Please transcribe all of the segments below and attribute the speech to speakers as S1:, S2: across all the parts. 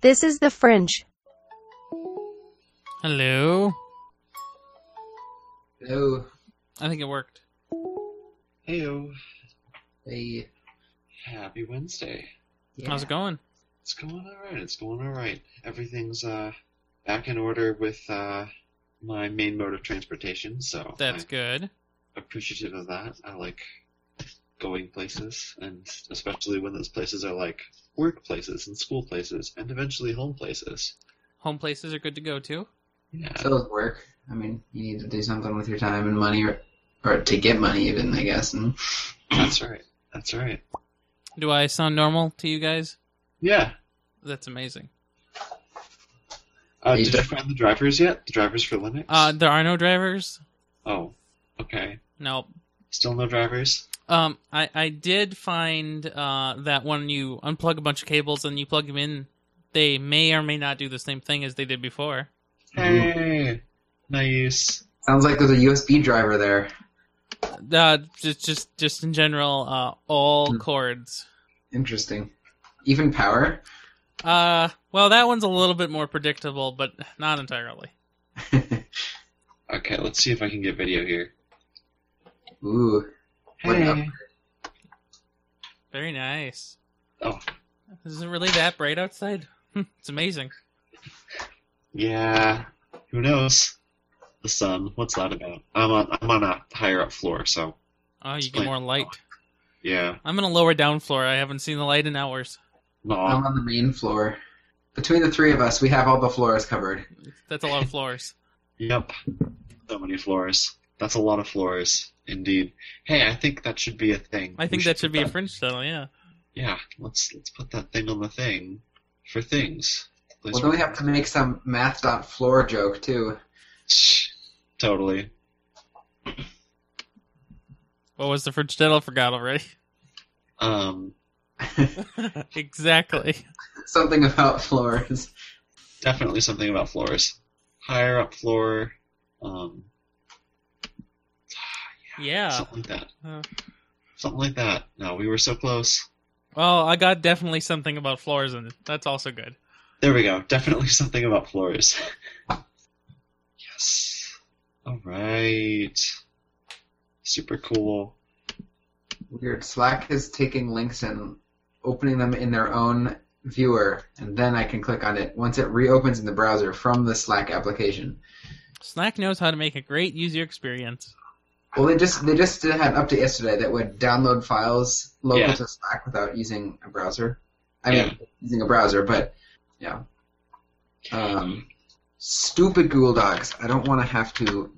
S1: This is the fringe.
S2: Hello.
S3: Hello.
S2: I think it worked.
S4: Heyo.
S3: Hey.
S4: Happy Wednesday.
S3: Yeah.
S2: How's it going?
S4: It's going alright, it's going alright. Everything's uh back in order with uh my main mode of transportation, so
S2: That's
S4: I'm
S2: good.
S4: appreciative of that. I like going places and especially when those places are like work places and school places and eventually home places.
S2: Home places are good to go to.
S4: Yeah.
S3: So is work. I mean, you need to do something with your time and money, or, or to get money, even, I guess. And
S4: That's right. That's right.
S2: Do I sound normal to you guys?
S4: Yeah.
S2: That's amazing.
S4: Uh,
S3: Hey,
S4: did
S3: Jeff.
S4: you find the drivers yet? The drivers for Linux?
S2: Uh, there are no drivers.
S4: oh. Okay.
S2: Nope.
S4: Still no drivers?
S2: Um, I, I did find uh, that when you unplug a bunch of cables and you plug them in, they may or may not do the same thing as they did before.
S4: Hey. Nice.
S3: sounds like there's a USB driver there.
S2: Uh, just just just in general, uh, all
S3: Hmm.
S2: cords.
S3: Interesting. Even power.
S2: Uh, well, that one's a little bit more predictable, but not entirely.
S4: Okay, let's see if I can get video here.
S3: Ooh. What an
S4: Hey.
S2: Very nice.
S4: Oh,
S2: Is it really that bright outside? it's amazing.
S4: yeah. Who knows? The sun. What's that about? I'm on. I'm on a higher up floor, so
S2: Oh, you get
S4: Explain.
S2: more light.
S4: yeah.
S2: I'm on a lower down floor. I haven't seen the light in hours.
S4: No.
S3: I'm on the main floor. Between the three of us, we have all the floors covered.
S2: That's a lot of floors.
S4: Yep. So many floors. That's a lot of floors, indeed. Hey, I think that should be a thing.
S2: I
S4: We
S2: think that should
S4: put
S2: be a fringe title, yeah.
S4: Yeah. Let's let's put that thing on the thing for things.
S3: Well, then we have to make some math.floor joke, too.
S4: Totally.
S2: What was the fringe title? I forgot already.
S4: Um.
S2: exactly.
S3: Something about floors.
S4: definitely something about floors. Higher up floor, um,
S2: Yeah.
S4: something like that.
S2: Uh.
S4: Something like that. No, we were so close.
S2: Well, I got definitely something about floors, and that's also good.
S4: There we go. Definitely something about floors. yes. All right. Super cool.
S3: Weird. Slack is taking links and opening them in their own viewer, and then I can click on it once it reopens in the browser from the Slack application.
S2: Slack knows how to make a great user experience.
S3: Well, they just they just had an update yesterday that would download files local
S4: Yeah.
S3: to Slack without using a browser. I
S4: Yeah.
S3: mean, using a browser, but yeah. Um, stupid Google Docs. I don't want to have to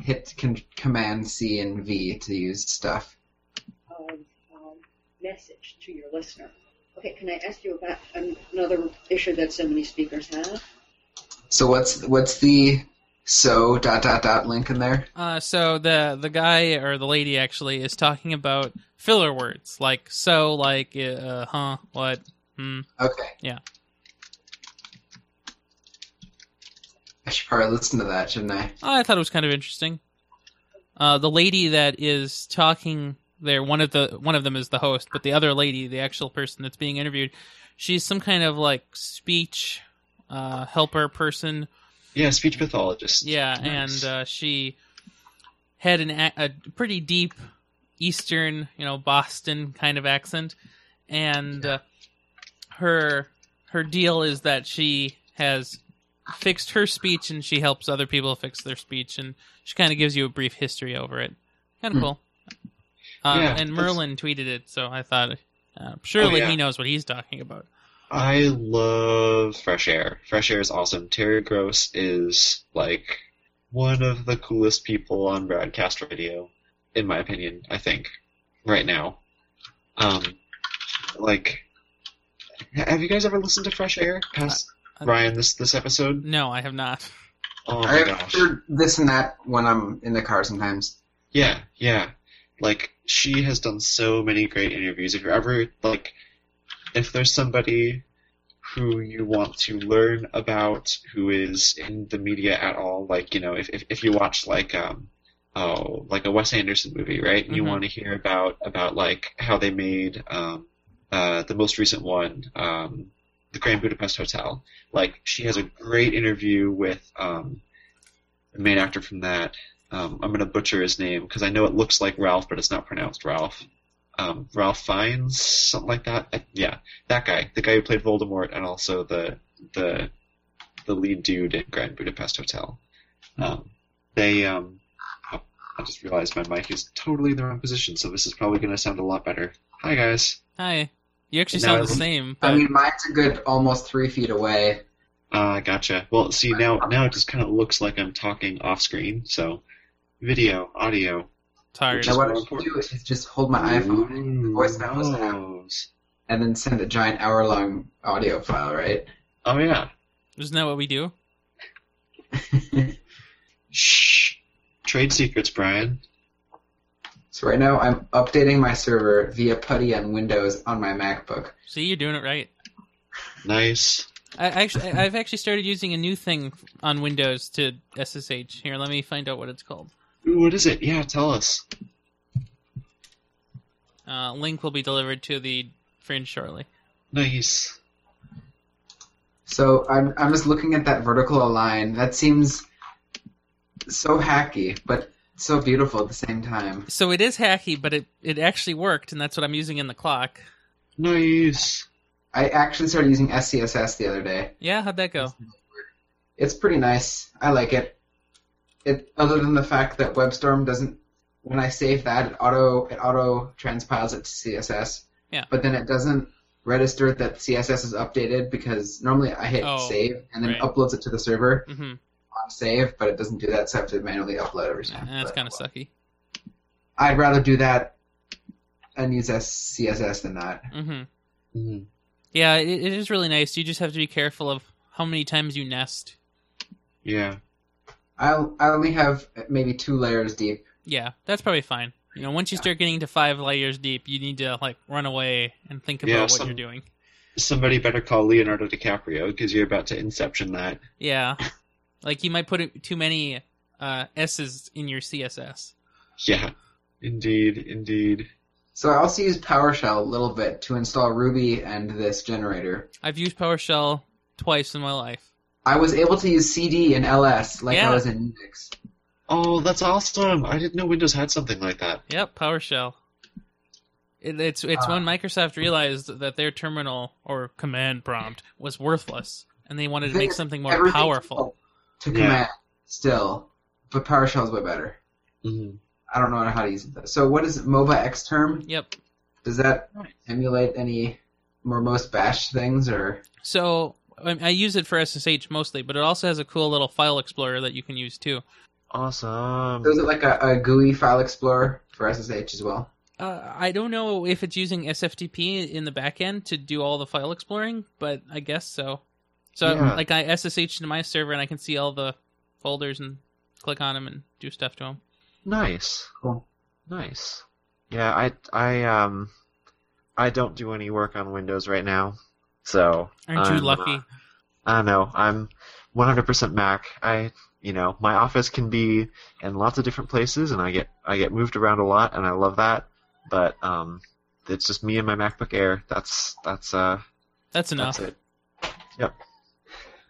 S3: hit con- Command C and V to use stuff.
S5: um, um, message to your listener. Okay, can I ask you about an- another issue that so many speakers have?
S3: So what's what's the so dot dot dot link in there?
S2: Uh, so the the guy or the lady actually is talking about filler words like so, like uh, huh, what, hmm.
S3: Okay.
S2: Yeah.
S3: I should probably listen to that, shouldn't I?
S2: I thought it was kind of interesting. Uh, the lady that is talking there, one of the one of them is the host, but the other lady, the actual person that's being interviewed, she's some kind of like speech uh, helper person.
S4: Yeah, speech pathologist.
S2: Yeah,
S4: Nice.
S2: and uh, she had an a, a pretty deep Eastern, you know, Boston kind of accent, and uh, her her deal is that she has fixed her speech and she helps other people fix their speech, and she kind of gives you a brief history over it. Kind of
S3: Hmm.
S2: cool. Uh,
S4: Yeah,
S2: and
S4: that's- Oh,
S2: Merlin tweeted it, so I thought uh, surely
S4: yeah.
S2: he knows what he's talking about.
S4: I love Fresh Air. Fresh Air is awesome. Terry Gross is like one of the coolest people on broadcast radio, in my opinion. I think right now, um, like, ha- have you guys ever listened to Fresh Air? Past
S2: I- I-
S4: Ryan, this this episode.
S2: No, I have not.
S4: Oh
S3: I
S4: my
S3: have
S4: gosh.
S3: heard this and that when I'm in the car sometimes.
S4: Yeah, yeah. Like she has done so many great interviews. If you're ever like, if there's somebody who you want to learn about who is in the media at all, like you know, if if, if you watch like um oh like a Wes Anderson movie, right? And you
S2: Mhm.
S4: want to hear about about like how they made um uh the most recent one um the Grand Budapest Hotel. Like she has a great interview with um, the main actor from that. Um, I'm gonna butcher his name because I know it looks like Ralph, but it's not pronounced Ralph. Um, Ralph Fiennes, something like that. Uh, yeah, that guy, the guy who played Voldemort, and also the the the lead dude in Grand Budapest Hotel. Um, they, um, oh, I just realized my mic is totally in the wrong position, so this is probably gonna sound a lot better. Hi guys.
S2: Hi. You actually
S4: No,
S2: sound
S4: I
S2: the
S4: don't-
S2: same,
S3: I
S2: but
S3: mean, mine's a good almost three feet away.
S4: Uh, gotcha. Well, see now now it just kind of looks like I'm talking off screen. So, video, audio.
S2: sorry.
S4: Just
S3: Now what I
S4: more
S3: should do is just hold my iPhone
S4: Ooh,
S3: voice memos app.
S4: knows.
S3: and then send a giant hour-long audio file, right?
S4: Oh yeah.
S2: Isn't that what we do?
S4: Shh. Trade secrets, Brian.
S3: so right now I'm updating my server via PuTTY on Windows on my MacBook.
S2: See, you're doing it right.
S4: Nice.
S2: I actually, I've actually started using a new thing on Windows to SSH. Here, let me find out what it's called.
S4: Ooh, what is it? Yeah, tell us.
S2: Uh, link will be delivered to the fringe shortly.
S4: Nice.
S3: So I'm I'm just looking at that vertical align. That seems so hacky, but so beautiful at the same time.
S2: So it is hacky, but it, it actually worked, and that's what I'm using in the clock.
S4: Nice.
S3: I actually started using SCSS the other day.
S2: Yeah, how'd that go?
S3: It's pretty nice. I like it. It other than the fact that WebStorm doesn't when I save that it auto it auto transpiles it to CSS.
S2: Yeah.
S3: But then it doesn't register that CSS is updated because normally I hit
S2: Oh,
S3: save and then
S2: right.
S3: uploads it to the server
S2: Mm-hmm.
S3: on save, but it doesn't do that, so I have to manually upload every time.
S2: That's
S3: But-
S2: kind of sucky.
S3: I'd rather do that and use CSS than not.
S2: hmm
S4: Mm,
S2: Yeah, it, it is really nice. You just have to be careful of how many times you nest.
S4: yeah.
S3: I I only have maybe two layers deep.
S2: Yeah, that's probably fine. You know, once you
S3: Yeah.
S2: start getting to five layers deep, you need to like run away and think about
S4: Yeah,
S2: what
S4: some-
S2: you're doing.
S4: Somebody better call Leonardo DiCaprio because you're about to inception that.
S2: Yeah, like you might put it- too many uh, s's in your CSS.
S4: Yeah. Indeed. Indeed.
S3: So I also use PowerShell a little bit to install Ruby and this generator.
S2: I've used PowerShell twice in my life.
S3: I was able to use CD and LS like
S2: Yeah.
S3: I was in Unix.
S4: Oh, that's awesome! I didn't know Windows had something like that.
S2: Yep, PowerShell. It, it's it's when Microsoft realized that their terminal or command prompt was worthless, and they wanted to
S3: Thing
S2: make
S3: is,
S2: something more
S3: Everything's
S2: powerful.
S3: To
S4: Yeah.
S3: command still, but PowerShell is way better.
S4: Mm.
S3: I don't know how to use it. So what is MOBA Xterm?
S2: Yep.
S3: Does that
S4: Nice.
S3: emulate any or most bash things or
S2: So I I use it for SSH mostly, but it also has a cool little file explorer that you can use too.
S4: Awesome.
S3: so is it like a, a GUI file explorer for SSH as well?
S2: Uh, I don't know if it's using SFTP in the backend to do all the file exploring, but I guess so. So
S4: Yeah.
S2: like I SSH to my server and I can see all the folders and click on them and do stuff to them.
S4: Nice.
S3: Cool.
S4: Nice. Yeah, I I um I don't do any work on Windows right now. So
S2: Aren't you
S4: I'm,
S2: lucky?
S4: uh, I don't know. I'm 100% Mac. I you know, my office can be in lots of different places and I get I get moved around a lot and I love that, but um it's just me and my MacBook Air. That's that's uh
S2: That's enough.
S4: that's it.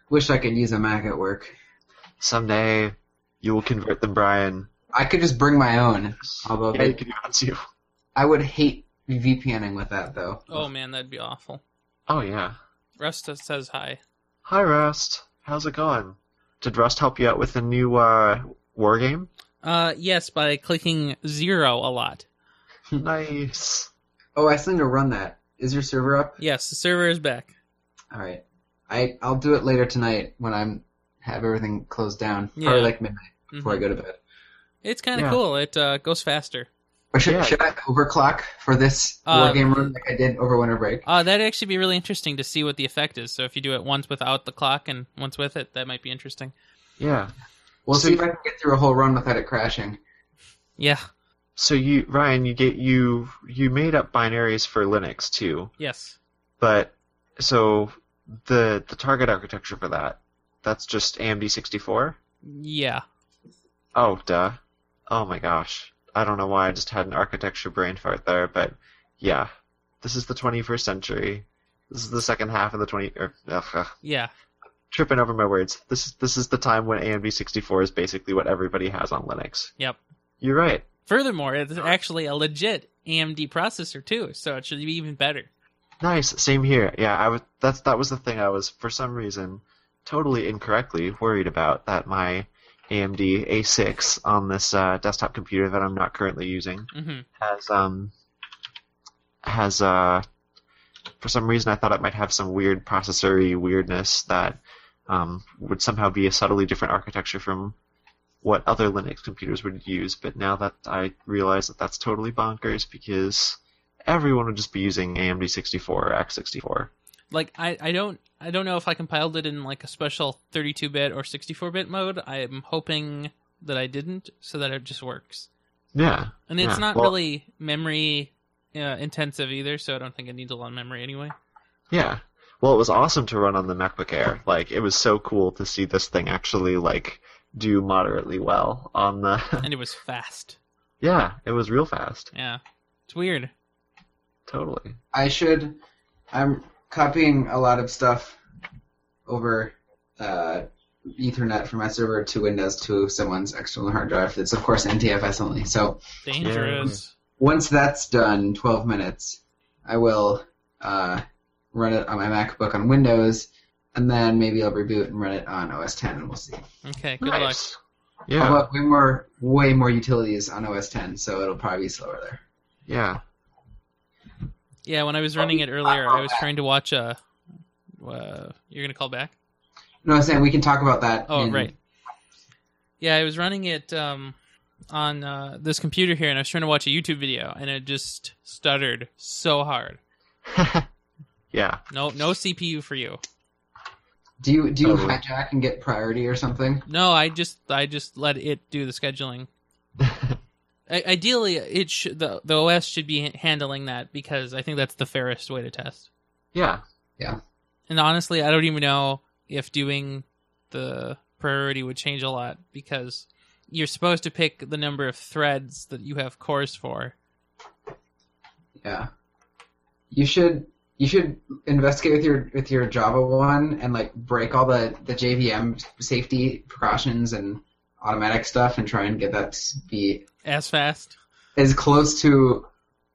S3: Wish I could use a Mac at work.
S4: Someday you will convert them, Brian.
S3: I could just bring my own. Although
S4: Yeah,
S3: they-
S4: you can do that too.
S3: I would hate VPNing with that though.
S2: Oh man, that'd be awful.
S4: Oh yeah.
S2: Rust says hi.
S4: Hi Rust, how's it going? Did Rust help you out with a new uh, war game?
S2: Uh, yes, by clicking zero a lot.
S4: Nice.
S3: Oh, I still need to run that. Is your server up?
S2: Yes, the server is back.
S3: All right. I I'll do it later tonight when I'm have everything closed down.
S2: Yeah.
S3: Probably like midnight before
S2: Mhm.
S3: I go to bed.
S2: It's kind of
S4: Yeah.
S2: cool. It uh, goes faster.
S3: Or should
S4: Yeah.
S3: should I overclock for this
S2: Uh,
S3: war game run like I did over winter break?
S2: Uh, that'd actually be really interesting to see what the effect is. So if you do it once without the clock and once with it, that might be interesting.
S4: Yeah.
S3: We'll
S4: so
S3: see
S4: you-
S3: if I can get through a whole run without it crashing.
S2: Yeah.
S4: So you, Ryan, you get you you made up binaries for Linux too,
S2: Yes.
S4: but so the the target architecture for that that's just AMD 64.
S2: Yeah.
S4: Oh duh. Oh my gosh. I don't know why I just had an architecture brain fart there, but yeah, this is the 21st century, This is the second half of the twenty. Or, ugh, ugh,
S2: Yeah.
S4: tripping over my words. This is this is the time when AMD sixty four is basically what everybody has on Linux.
S2: Yep.
S4: You're right.
S2: Furthermore, it's actually a legit AMD processor too, so it should be even better.
S4: Nice. Same here. Yeah, I was. That's that was the thing I was for some reason totally incorrectly worried about that my AMD A6 on this uh, desktop computer that I'm not currently using
S2: hmm
S4: has um has uh for some reason I thought it might have some weird processory weirdness that um, would somehow be a subtly different architecture from what other Linux computers would use. But now that I realize that that's totally bonkers because everyone would just be using AMD 64 or X64.
S2: Like I, I don't I don't know if I compiled it in like a special 32-bit or 64-bit mode. I'm hoping that I didn't, so that it just works.
S4: Yeah,
S2: And it's
S4: Yeah,
S2: not
S4: well-
S2: really memory uh, intensive either, so I don't think it needs a lot of memory anyway.
S4: yeah. Well, it was awesome to run on the MacBook Air. Like it was so cool to see this thing actually like do moderately well on the
S2: And it was fast.
S4: Yeah, it was real fast.
S2: Yeah, it's weird.
S4: Totally.
S3: I should. I'm copying a lot of stuff over uh, Ethernet from my server to Windows to someone's external hard drive. That's of course NTFS only. So
S2: Dangerous.
S3: once that's done, 12 minutes, I will uh, run it on my MacBook on Windows, and then maybe I'll reboot and run it on OS 10, and we'll see.
S2: Okay, good luck.
S4: nice. Yeah.
S3: Although way more, way more utilities on OS 10, so it'll probably be slower there.
S4: yeah.
S2: Yeah, when I was running it earlier, I was trying to watch a. Uh, you're gonna call back?
S3: No, I'm saying we can talk about that.
S2: Oh,
S3: in-
S2: right. Yeah, I was running it um, on uh, this computer here, and I was trying to watch a YouTube video, and it just stuttered so hard.
S4: yeah.
S2: No, no CPU for you.
S3: Do you do you
S2: Oh,
S4: Totally.
S3: hijack and get priority or something?
S2: No, I just, I just let it do the scheduling. I- ideally, it should the the OS should be handling that because I think that's the fairest way to test.
S4: yeah.
S2: And honestly, I don't even know if doing the priority would change a lot because you're supposed to pick the number of threads that you have cores for.
S3: Yeah. You should you should investigate with your with your Java one and like break all the the JVM safety precautions and automatic stuff and try and get that to be
S2: As fast.
S3: as close to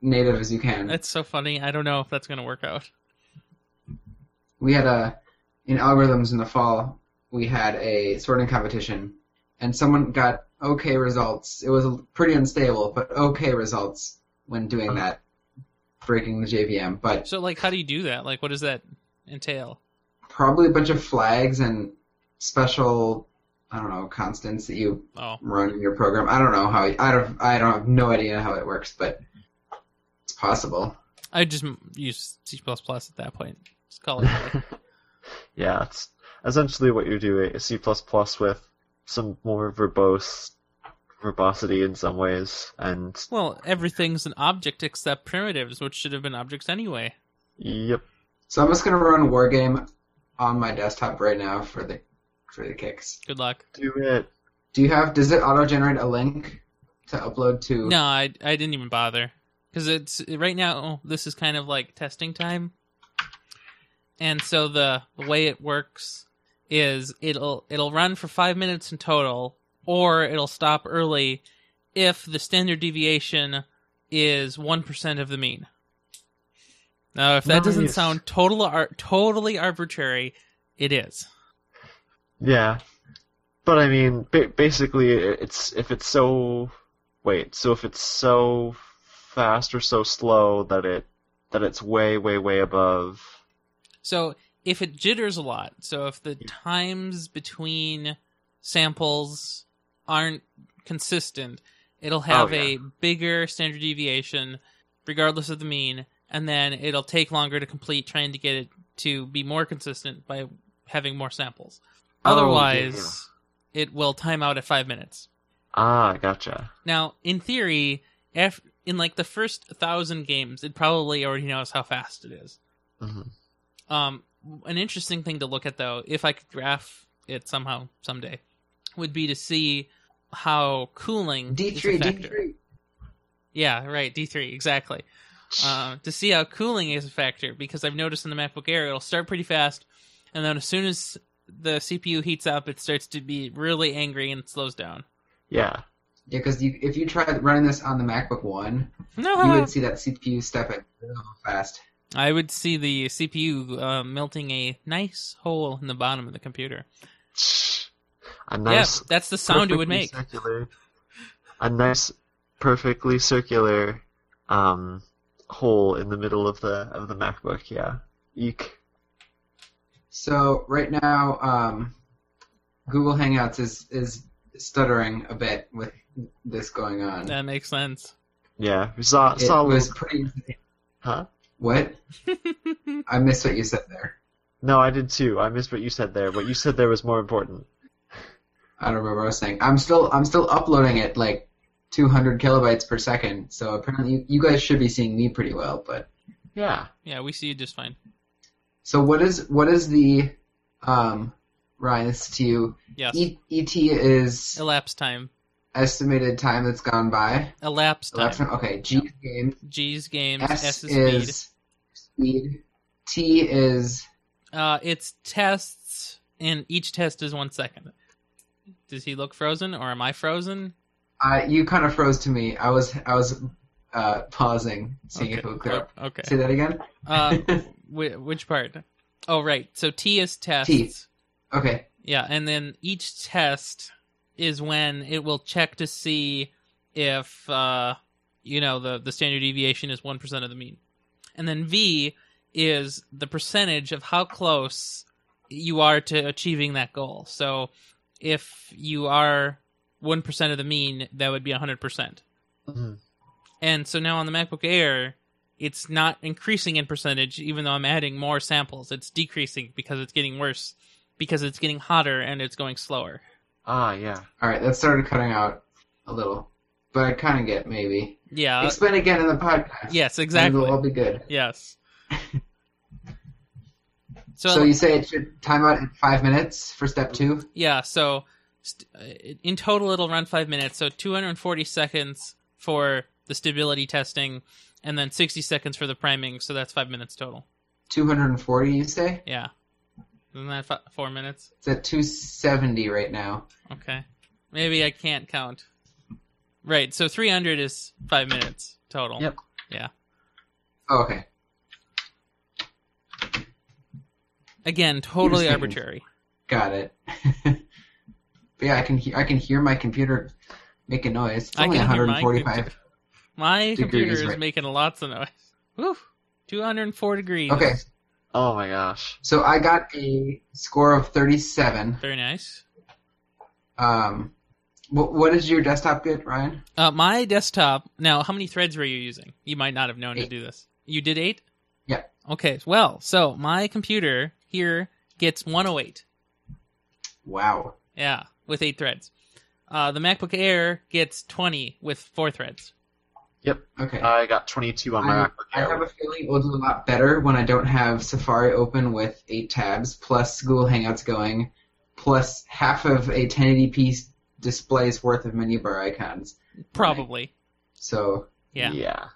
S3: native as you can.
S2: That's so funny. I don't know if that's going to work out.
S3: we had a in algorithms in the fall we had a sorting competition and someone got okay results it was pretty unstable but okay results when doing that breaking the jvm but
S2: So, like, how do you do that? Like, what does that entail?
S3: probably a bunch of flags and special i don't know constants that you
S2: Oh,
S3: run in your program i don't know how i don't i don't have no idea how it works but it's possible
S2: I just m- use C at that point. Just call it. a day.
S4: yeah. It's essentially what you're doing is C with some more verbose verbosity in some ways, and
S2: well, everything's an object except primitives, which should have been objects anyway.
S4: yep.
S3: so i'm just going to run wargame on my desktop right now for the for the kicks
S2: Good luck.
S4: Do it.
S3: Do you have? Does it auto generate a link to upload to?
S2: No, I, I didn't even bother because it's right now. This is kind of like testing time, and so the, the way it works is it'll it'll run for five minutes in total, or it'll stop early if the standard deviation is one percent of the mean. Now, if that doesn't
S4: Nice.
S2: sound total ar- totally arbitrary, it is.
S4: Yeah. But I mean, ba- basically, it's if it's so wait, so if it's so fast or so slow that it that it's way, way, way above.
S2: So if it jitters a lot, so if
S4: Hmm.
S2: the times between samples aren't consistent, it'll have
S4: Oh, yeah.
S2: a bigger standard deviation, regardless of the mean, and then it'll take longer to complete trying to get it to be more consistent by having more samples.
S4: Oh, yeah,
S2: Otherwise, it will time out at five minutes.
S4: Ah, gotcha.
S2: Now, in theory, if, in like the first thousand games, it probably already knows how fast it is.
S4: Mhm.
S2: Um, an interesting thing to look at, though, if I could graph it somehow someday, would be to see how cooling
S3: D
S2: is
S3: three
S2: a
S3: D
S2: factor.
S3: three.
S2: Yeah, right. D three exactly. uh, to see how cooling is a factor because I've noticed in the MacBook Air it'll start pretty fast, and then as soon as the CPU heats up, it starts to be really angry and slows down.
S4: Yeah.
S3: Yeah, because you, if you tried running this on the MacBook One, you
S2: No,
S3: would see that CPU step it real fast.
S2: I would see the CPU uh, melting a nice hole in the bottom of the computer.
S4: A
S2: yeah, that's the sound it would
S4: perfectly
S2: make.
S4: Circular, a nice, perfectly circular um, hole in the middle of the of the MacBook. Yeah. Eek.
S3: So right now, um, Google Hangouts is is stuttering a bit with this going on.
S2: That makes sense.
S4: Yeah. We saw
S3: it
S4: saw a
S3: was
S4: little-
S3: pretty.
S4: Huh?
S3: What? I missed what you said there.
S4: No, I did too. I missed what you said there. What you said there was more important.
S3: I don't remember what I was saying. I'm still I'm still uploading it like 200 kilobytes per second. So apparently you, you guys should be seeing me pretty well. But
S4: Yeah.
S2: yeah, we see you just fine.
S3: so what is what is the um Ryan? This is to you.
S2: Yes.
S3: E, ET is
S2: Elapsed time.
S3: estimated time that's gone by.
S2: Elapsed time.
S3: Elapsed time. Okay. G is game.
S2: G's games.
S3: S,
S2: S, is,
S3: is
S2: speed.
S3: speed. T is
S2: Uh, it's tests, and each test is one second. Does he look frozen, or am I frozen?
S3: I you kind of froze to me. I was I was uh, pausing, seeing
S2: Okay.
S3: if it would clear. up.
S2: Oh, okay.
S3: Say that again.
S2: Uh, whi which part? Oh, right. So T is tests.
S3: T. Okay.
S2: Yeah, and then each test is when it will check to see if uh, you know the the standard deviation is one percent of the mean, and then V is the percentage of how close you are to achieving that goal. So if you are one percent of the mean, that would be hundred percent.
S4: Mhm.
S2: And so now on the MacBook Air, it's not increasing in percentage, even though I'm adding more samples. It's decreasing because it's getting worse, because it's getting hotter and it's going slower.
S4: Ah, yeah.
S3: All right. That started cutting out a little, but I kind of get maybe.
S2: Yeah.
S3: Explain again in the podcast.
S2: yes,
S3: and
S2: Uh, exactly.
S3: It'll all be good.
S2: Yes. So,
S3: So you say it should time out at five minutes for step two.
S2: yeah, so st- uh, in total it'll run 5 minutes, so 240 seconds for the stability testing and then 60 seconds for the priming, so that's 5 minutes total.
S3: Two hundred and forty. You say
S2: Yeah. Isn't that fi 4 minutes?
S3: it's at two seventy right now.
S2: Okay. Maybe I can't count. Right, so 300 is 5 minutes total.
S4: Yep.
S3: Oh, okay.
S2: Again, totally
S3: Interesting.
S2: arbitrary.
S3: Got it. but yeah, I can he- I can hear my computer make a noise. It's
S2: I
S3: only one
S2: can hear
S3: hundred
S2: my
S3: and forty-five.
S2: computer. My computer
S3: Degrees,
S2: is
S3: right.
S2: making lots of noise. Woo! 204 degrees.
S3: Okay,
S4: Oh my gosh.
S3: so I got a score of thirty-seven.
S2: Very nice.
S3: Um, what, what did your desktop get, Ryan?
S2: Uh, my desktop. Now, how many threads were you using? You might not have known to
S3: Eight.
S2: do this. You did eight?
S3: Yeah.
S2: Okay, well, so my computer here gets 108.
S3: Wow.
S2: Yeah, with eight threads. Uh, the MacBook Air gets 20 with four threads.
S3: Okay.
S4: I got 22 on my
S3: I-
S4: MacBook
S3: I
S4: Air.
S3: have a feeling it'll do a lot better when I don't have Safari open with eight tabs, plus Google Hangouts going, plus half of a 1080p display's worth of menu bar icons.
S2: Probably.
S3: So
S2: Yeah.
S4: Yeah.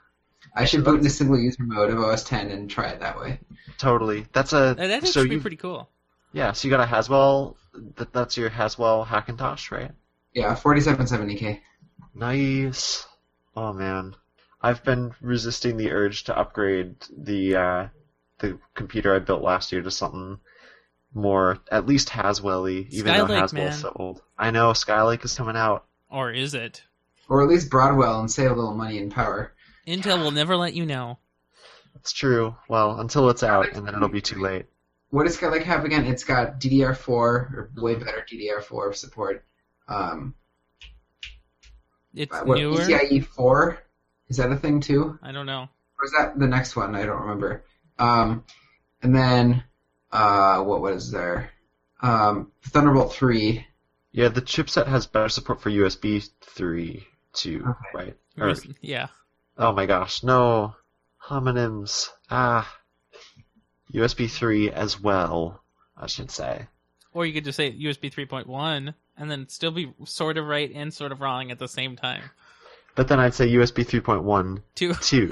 S3: I should boot into single user mode of OS 10 and try it that way.
S4: Totally. That's a.
S2: That- That'd
S4: so
S2: be
S4: you.
S2: pretty cool.
S4: Yeah. So you got a Haswell. That, that's your Haswell Hackintosh, right?
S3: Yeah, 4770k.
S4: Nice. Oh man, I've been resisting the urge to upgrade the uh, the computer I built last year to something more, at least Haswell-y, even though
S2: Skylake,
S4: Haswell's
S2: man.
S4: so old. I know Skylake is coming out.
S2: Or is it?
S3: Or at least Broadwell and save a little money and power.
S2: Intel will never let you know.
S4: It's true. Well, until it's out, and then it'll be too late.
S3: what does Skylake have again? It's got DDR4 or way better DDR4 support. Um,
S2: It's
S3: what, E
S2: newer.
S3: PCIe 4 is that a thing too,
S2: I don't know.
S3: or is that the next one? I don't remember. Um, and then uh, what was there? Um, Thunderbolt 3.
S4: Yeah, the chipset has better support for USB three, too,
S3: Okay.
S4: right? Or-
S2: Res- yeah.
S4: oh my gosh, no homonyms. Ah, USB three as well. I should say.
S2: Or you could just say USB 3.1 and then still be sort of right and sort of wrong at the same time.
S4: But then I'd say USB 3.1
S2: Two.
S4: two,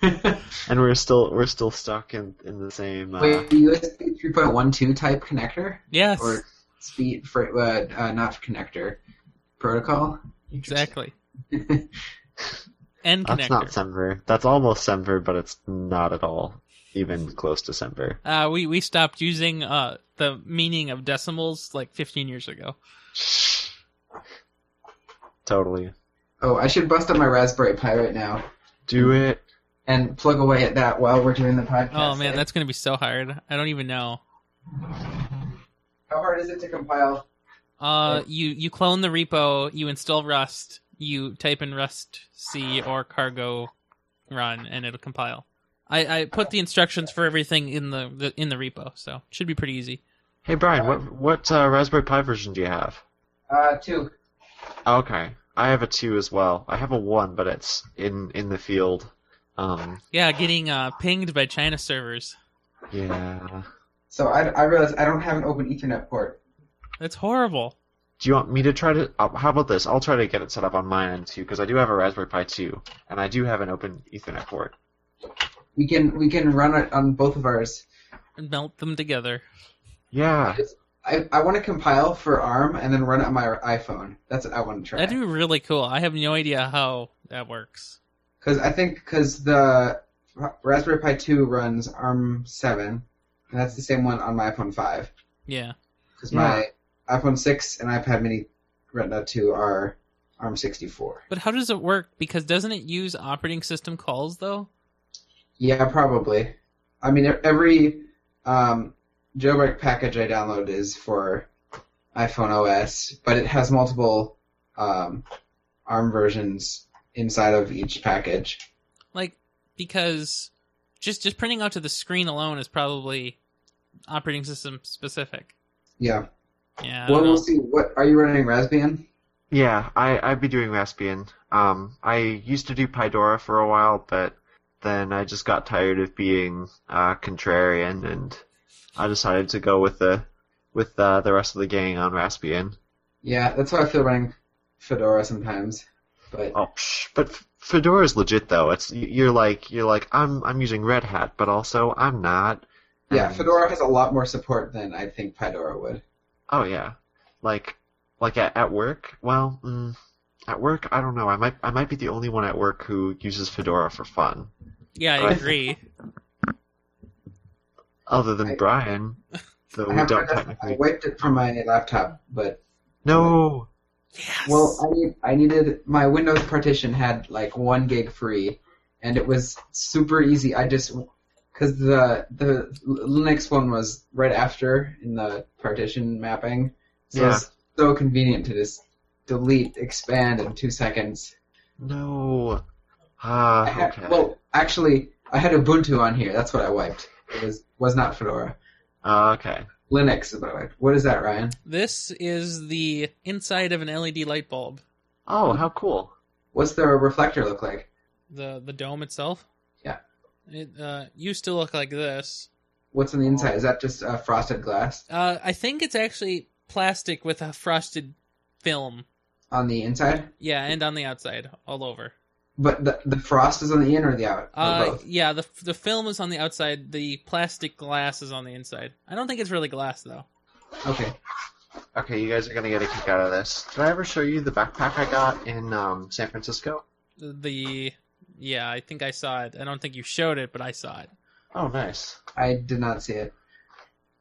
S3: Wait,
S4: and we're still we're still stuck in in the same. Uh,
S3: USB 3.12 type connector
S2: yes,
S3: or speed for uh, uh, not connector protocol?
S2: exactly. N
S4: that's not
S2: connector.
S4: Semver. That's almost Semver, but it's not at all even close to Semver.
S2: Uh, we we stopped using uh the meaning of decimals like 15 years ago.
S4: Totally.
S3: Oh, I should bust up my Raspberry Pi right now
S2: Hmm.
S4: Do it.
S3: and plug away at that while we're doing the podcast.
S2: Oh man,
S3: eh?
S2: that's gonna be so hard. I don't even know.
S3: how hard is it to compile?
S2: Uh, you you clone the repo, you install Rust, you type in Rust C or cargo run, and it'll compile. I, I put the instructions for everything in the, the in the repo, so should be pretty easy.
S4: Hey Brian, what what uh, Raspberry Pi version do you have?
S3: Uh, two.
S4: Okay, I have a two as well. I have a one, but it's in in the field. Um,
S2: Yeah, getting uh, pinged by China servers.
S4: yeah.
S3: So I, I realize I don't have an open Ethernet port.
S2: That's horrible.
S4: Do you want me to try to? Uh, how about this? I'll try to get it set up on mine end too, because I do have a Raspberry Pi two, and I do have an open Ethernet port.
S3: We can we can run it on both of ours.
S2: Melt them together.
S4: Yeah,
S3: I, I want to compile for ARM and then run it on my iPhone. That's what I want to try.
S2: That'd be really cool. I have no idea how that works.
S3: Because I think because the Raspberry Pi 2 runs ARM 7, and that's the same one on my iPhone 5.
S2: Yeah,
S3: Because my iPhone 6 and iPad Mini Retina 2 are ARM 64.
S2: but how does it work? Because doesn't it use operating system calls though?
S3: Yeah, probably. I mean, e- every um, jailbreak package I download is for iPhone OS, but it has multiple um, ARM versions inside of each package.
S2: like because just just printing out to the screen alone is probably operating system specific.
S3: Yeah.
S2: Yeah, I
S3: Well,
S2: don't
S3: we'll
S2: know.
S3: see. What are you running Raspbian?
S4: yeah. I I'd be doing Raspbian. Um, I used to do Pydora for a while, but then I just got tired of being uh, contrarian, and I decided to go with the with uh, the rest of the gang on Raspbian.
S3: Yeah, that's how I feel running Fedora sometimes. But
S4: Oh, psh, but F- Fedora's legit though. It's y- you're like you're like I'm I'm using Red Hat, but also I'm not.
S3: yeah,
S4: And-
S3: Fedora has a lot more support than I think Pydora would.
S4: Oh yeah, like like at, at work. Well, mm, at work I don't know. I might I might be the only one at work who uses Fedora for fun,
S2: yeah, I
S4: Right.
S2: agree.
S4: other than
S3: I-
S4: Brian, though
S3: I,
S4: we
S3: have
S4: don't
S3: my- I
S4: technically.
S3: wiped it from my laptop, but
S4: No.
S2: Yes.
S3: well, I need, I needed my Windows partition had like one gig free, and it was super easy. I just because the the Linux one was right after in the partition mapping, so
S4: Yeah.
S3: it's so convenient to just delete, expand in two seconds.
S4: No. Ah,
S3: I had-
S4: okay.
S3: Well, actually, I had Ubuntu on here. That's what I wiped. It was was not Fedora.
S4: Ah, okay.
S3: Linux is what I wiped. What is that, Ryan?
S2: this is the inside of an LED light bulb.
S4: Oh, how cool.
S3: What's the reflector look like?
S2: The the dome itself.
S3: Yeah.
S2: It uh, used to look like this.
S3: What's on the inside? Is that just uh, frosted glass
S2: Uh, I think it's actually plastic with a frosted film.
S3: on the inside?
S2: Yeah, and on the outside, all over.
S3: But the the frost is on the in or the out? Or
S2: Uh,
S3: both?
S2: yeah, the the film is on the outside. The plastic glass is on the inside. I don't think it's really glass though.
S3: Okay.
S4: Okay, you guys are gonna get a kick out of this. Did I ever show you the backpack I got in um, San Francisco?
S2: the yeah i think i saw it i don't think you showed it but i saw it
S4: Oh, nice.
S3: I did not see it.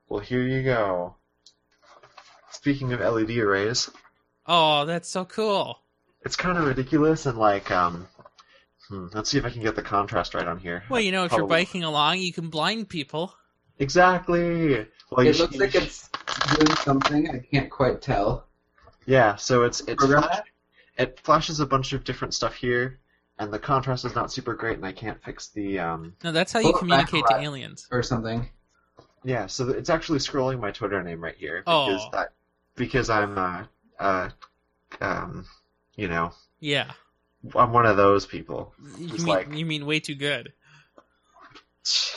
S4: Well, here you go. Speaking of LED arrays,
S2: oh that's so cool
S4: it's kind of ridiculous and like, um, hmm, let's see if I can get the contrast right on here.
S2: well you know if
S4: Probably.
S2: you're biking along you can blind people
S4: Exactly. Well, you
S3: it looks
S4: should-
S3: like it's doing something. I can't quite tell.
S4: yeah. So it's it's
S3: Program-
S4: flash, it flashes a bunch of different stuff here, and the contrast is not super great, and I can't fix the um.
S2: no that's how you
S3: Oh,
S2: communicate to
S3: that's right.
S2: aliens
S3: Or something.
S4: Yeah. So it's actually scrolling my Twitter name right here
S2: Oh.
S4: because that because I'm uh uh um you know
S2: yeah
S4: I'm one of those people.
S2: you
S4: Just
S2: mean,
S4: like-
S2: you mean way too good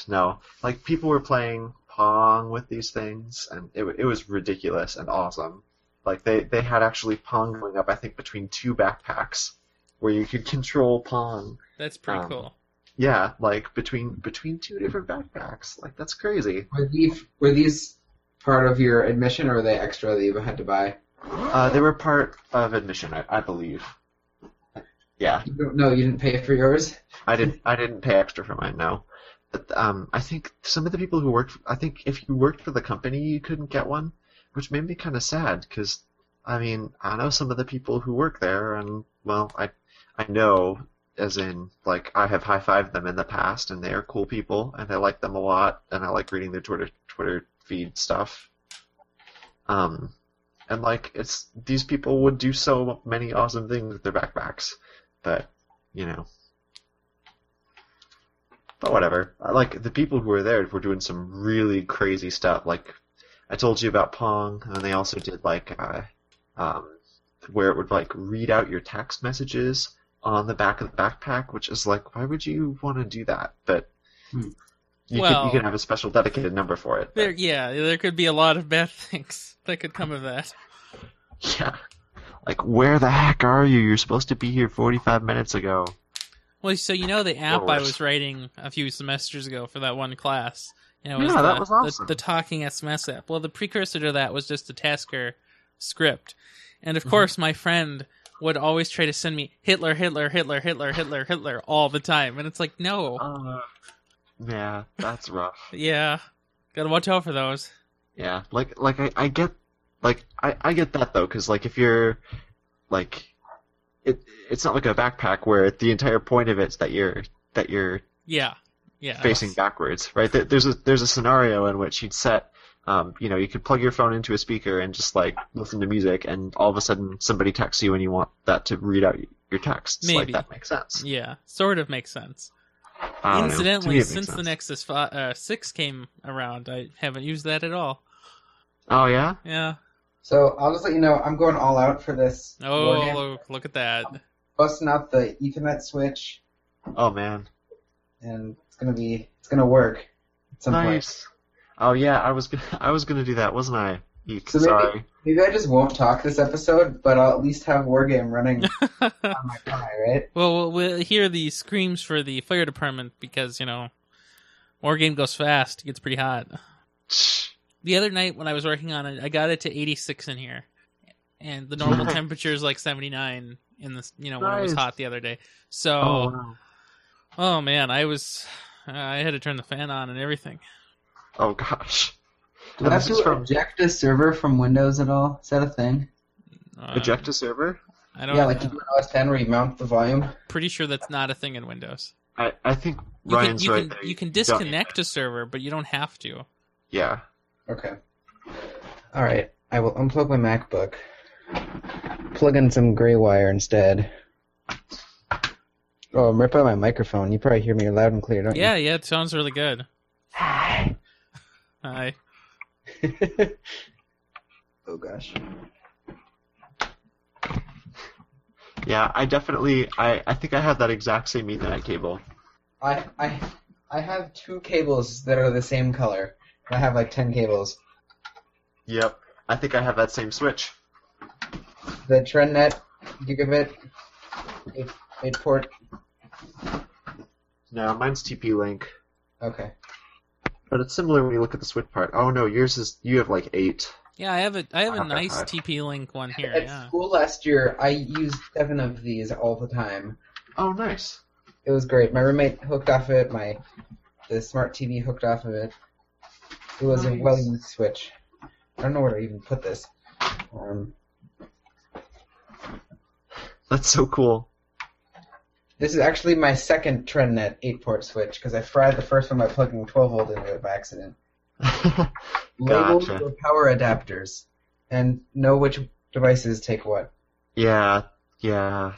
S4: no like people were playing pong with these things and it, wa- it was ridiculous and awesome Like they, they had actually Pong going up, I think, between two backpacks where you could control Pong.
S2: That's pretty
S4: Um,
S2: cool.
S4: Yeah, like between between two different backpacks. Like that's crazy.
S3: Were these, were these part of your admission, or were they extra that you had to buy?
S4: Uh, they were part of admission, I, I believe. Yeah,
S3: You don't, no, you didn't pay for yours.
S4: I didn't I didn't pay extra for mine. No, but, um, I think some of the people who worked, I think if you worked for the company, you couldn't get one, which made me kind of sad because, I mean, I know some of the people who work there, and well, I I know as in like I have high fived them in the past, and they are cool people, and I like them a lot, and I like reading their Twitter Twitter feed stuff. Um. And like it's these people would do so many awesome things with their backpacks, but you know, but whatever. I Like the people who were there were doing some really crazy stuff. Like I told you about Pong, and they also did like uh, um, where it would like read out your text messages on the back of the backpack, which is like, why would you want to do that? But
S3: Hmm.
S4: you can
S2: Well-
S4: you can have a special dedicated number for it.
S2: There, yeah, there could be a lot of bad things that could come of that.
S4: Yeah. Like where the heck are you? You're supposed to be here 45 minutes ago.
S2: Well, so you know the app I
S4: worse.
S2: was writing a few semesters ago for that one class. You know, it
S4: Yeah,
S2: the,
S4: that was awesome.
S2: The, the talking SMS app. Well, the precursor to that was just a Tasker script, and of
S4: Mhm.
S2: course, my friend would always try to send me Hitler, Hitler, Hitler, Hitler, Hitler, Hitler all the time, and it's like, no,
S4: Uh, yeah, that's rough.
S2: yeah, gotta watch out for those.
S4: Yeah, like like I, I get like I, I get that though, because like if you're like it it's not like a backpack where the entire point of it's that you're that you're
S2: Yeah, yeah,
S4: facing backwards, right? There- There's a there's a scenario in which you'd set um, you know, you could plug your phone into a speaker and just like listen to music, and all of a sudden somebody texts you, and you want that to read out your text. Like
S2: Maybe.
S4: that makes sense.
S2: yeah, sort of makes sense.
S4: I don't know. To me,
S2: Incidentally,
S4: it makes
S2: since the
S4: sense.
S2: Nexus 5, uh, six came around, I haven't used that at all.
S4: Oh yeah,
S2: Yeah.
S3: So I'll just let you know I'm going all out for this.
S2: Oh,
S3: wargame.
S2: look, look at that.
S3: busting out the Ethernet switch,
S4: oh man.
S3: and it's gonna be it's gonna work. At some point.
S4: Nice. Oh yeah, I was gonna, I was gonna do that, wasn't I? Eek,
S3: So maybe-
S4: sorry.
S3: Maybe I just won't talk this episode, but I'll at least have Wargame running on my Pi, right?
S2: Well, we'll- we'll hear the screams for the fire department because you know, war game goes fast, it gets pretty hot. The other night when I was working on it, I got it to 86 in here, and the normal
S4: Nice.
S2: temperature is like 79 in this. You know, when it was
S4: Nice.
S2: hot the other day. So,
S4: Oh,
S2: oh,
S4: wow.
S2: man, I was, I had to turn the fan on and everything.
S4: oh gosh.
S3: Do
S4: And
S3: I have
S4: this is
S3: to
S4: from
S3: eject a server from Windows at all? Is that a thing?
S2: Uh,
S4: eject a server.
S2: I don't.
S3: Yeah, like you
S2: I'm
S3: do in OS 10 where you mount the volume.
S2: pretty sure that's not a thing in Windows.
S4: I, I think
S2: You
S4: Ryan's
S2: can, you
S4: right
S2: can,
S4: there.
S2: You can
S4: don't need
S2: disconnect a server, but you don't have to.
S4: that. Yeah.
S3: Okay. All right. I will unplug my MacBook. Plug in some gray wire instead. Oh, I'm right by my microphone. You probably hear me loud and clear, don't
S2: Yeah, yeah, it sounds really good. Hi.
S3: you? oh gosh.
S4: Yeah, I definitely, I, I think I have that exact same Ethernet cable.
S3: I I I have two cables that are the same color. I have like ten cables.
S4: Yep. I think I have that same switch.
S3: The TrendNet gigabit eight, eight port.
S4: No, mine's TP-Link,
S3: Okay.
S4: but it's similar when you look at the switch part. Oh no, yours is you have like eight.
S2: Yeah, I have a I have a
S4: Okay,
S2: nice
S4: alright.
S2: TP Link one here.
S3: At
S2: Yeah,
S3: school last year, I used seven of these all the time.
S4: Oh nice.
S3: It was great. My roommate hooked off of it. My the smart TV hooked off of it. It was a
S4: Nice.
S3: well used switch. I don't know where to even put this. Um,
S4: That's so cool.
S3: this is actually my second TrendNet eight port switch because I fried the first one by plugging twelve volt into it by accident. Labels
S4: Gotcha.
S3: were power adapters, and know which devices take what.
S4: Yeah, yeah.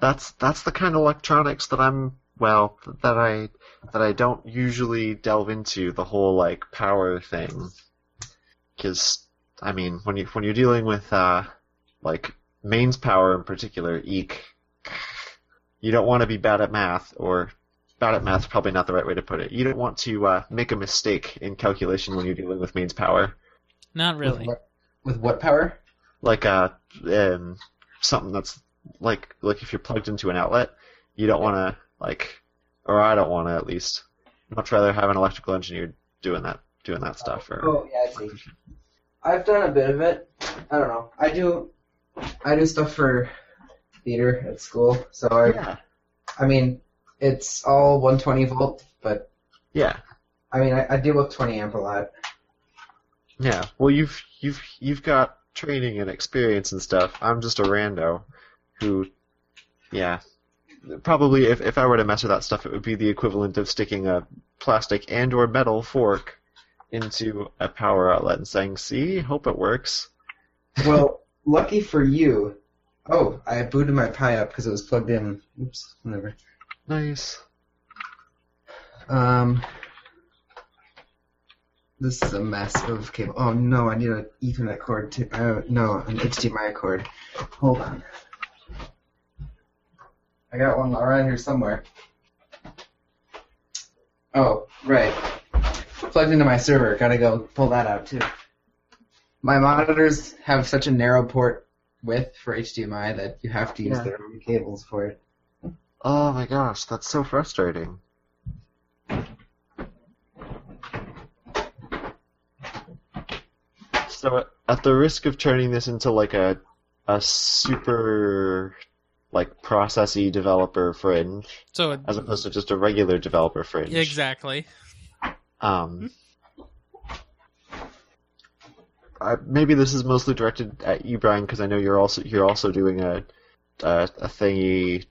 S4: That's that's the kind of electronics that I'm well that I that I don't usually delve into the whole like power thing. Cuz I mean, when you when you're dealing with uh like mains power in particular, eek. You don't want to be bad at math or bad at math's probably not the right way to put it. You don't want to uh, make a mistake in calculation when you're dealing with mains power.
S2: not really.
S3: With With what power?
S4: like a um, something that's like like if you're plugged into an outlet, you don't want to like, or I don't want to at least. Much rather have an electrical engineer doing that doing that stuff. Or,
S1: Oh yeah, I see. I've done a bit of it. I don't know. I do.
S3: I do stuff for theater at school, so I,
S4: yeah,
S3: I mean, it's all 120 volt, but
S4: yeah,
S3: I mean, I, I deal with 20 amp a lot.
S4: yeah. Well, you've you've you've got training and experience and stuff. I'm just a rando, who, yeah, probably if if I were to mess with that stuff, it would be the equivalent of sticking a plastic and or metal fork into a power outlet and saying, "See, hope it works."
S3: Well, lucky for you. Oh, I booted my Pi up because it was plugged in. Oops, whatever.
S4: Nice.
S3: Um, this is a mess of cable. Oh no, I need an Ethernet cord to. Uh, no, an HDMI cord. Hold on. I got one around here somewhere. Oh, right. Plugged into my server. Gotta go pull that out too. My monitors have such a narrow port width for HDMI that you have to use
S4: Yeah.
S3: their own cables for it.
S4: Oh my gosh, that's so frustrating. So, at the risk of turning this into like a a super like processy developer fringe,
S2: So
S4: as opposed to just a regular developer fringe.
S2: exactly.
S4: Um, I, maybe this is mostly directed at you, Brian, because I know you're also you're also doing a, a a thingy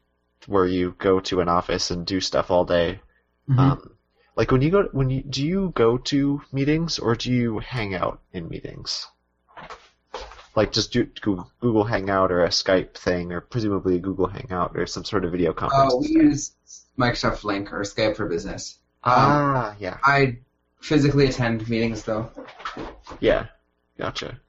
S4: where you go to an office and do stuff all day.
S3: Mm-hmm.
S4: Um, like when you go when you do you go to meetings or do you hang out in meetings? Like just do Google, Google Hangout or a Skype thing or presumably a Google Hangout or some sort of video conference.
S3: Oh, we use um, Microsoft Link or Skype for Business.
S4: ah, yeah.
S3: I physically attend meetings though.
S4: Yeah, gotcha.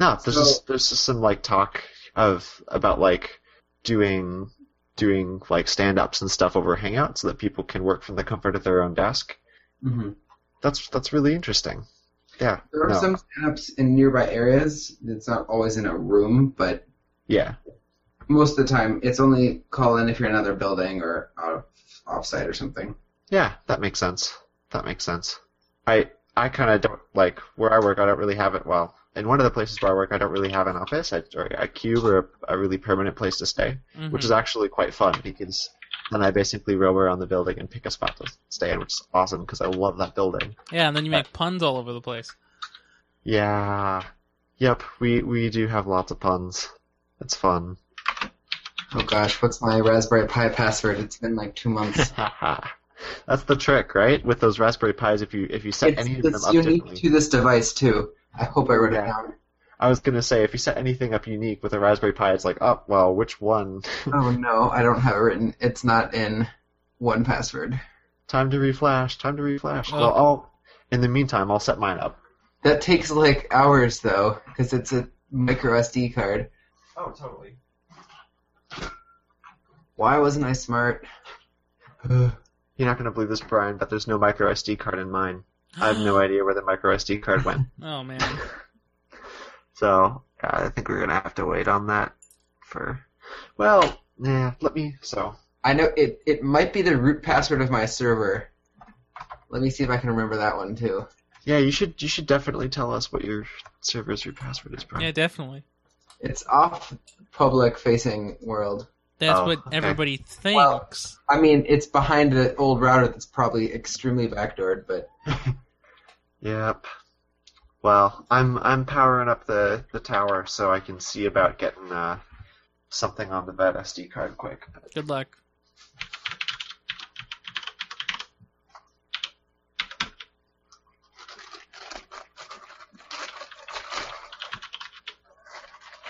S4: No, there's
S3: So-
S4: just, there's just some like talk of about like doing doing like stand ups and stuff over Hangout so that people can work from the comfort of their own desk.
S3: Mm-hmm.
S4: That's that's really interesting. Yeah,
S3: There are
S4: no,
S3: some stand-ups in nearby areas. It's not always in a room, but
S4: yeah,
S3: most of the time, it's only call in if you're in another building or out of offsite or something.
S4: yeah, that makes sense. That makes sense. I I kind of don't like where I work. I don't really have it. Well, in one of the places where I work, I don't really have an office I, or a cube or a, a really permanent place to stay.
S2: Mhm.
S4: which is actually quite fun because then I basically roam around the building and pick a spot to stay in, which is awesome because I love that building.
S2: yeah, and then you make puns all over the place.
S4: Yeah. Yep, we, we do have lots of puns. It's fun.
S3: Oh gosh, what's my Raspberry Pi password? It's been like two months.
S4: That's the trick, right? With those Raspberry Pis, if you if you set
S3: it's
S4: any of them
S3: it's
S4: up
S3: unique
S4: differently,
S3: to this device too. I hope I wrote
S4: Yeah.
S3: it down.
S4: I was gonna say if you set anything up unique with a Raspberry Pi, it's like, oh well, which one?
S3: Oh no, I don't have it written. It's not in one password.
S4: time to reflash. Time to reflash.
S2: Oh.
S4: Well, I'll in the meantime, I'll set mine up.
S3: That takes like hours though, because it's a micro SD card.
S4: Oh, totally.
S3: Why wasn't I smart?
S4: You're not gonna believe this, Brian, but there's no micro SD card in mine. I have no idea where the micro SD card went.
S2: Oh man.
S4: So uh, I think we're gonna have to wait on that for. Well, yeah. Let me. So
S3: I know it. It might be the root password of my server. Let me see if I can remember that one too.
S4: yeah, you should you should definitely tell us what your server's root password is, Brian.
S2: Yeah, definitely.
S3: It's off public-facing world.
S2: That's
S4: Oh,
S2: what
S4: okay.
S2: everybody thinks.
S3: Well- I mean, it's behind an old router that's probably extremely backdoored, but
S4: Yep. Well, I'm I'm powering up the the tower so I can see about getting uh something on the vet SD card quick.
S2: Good luck.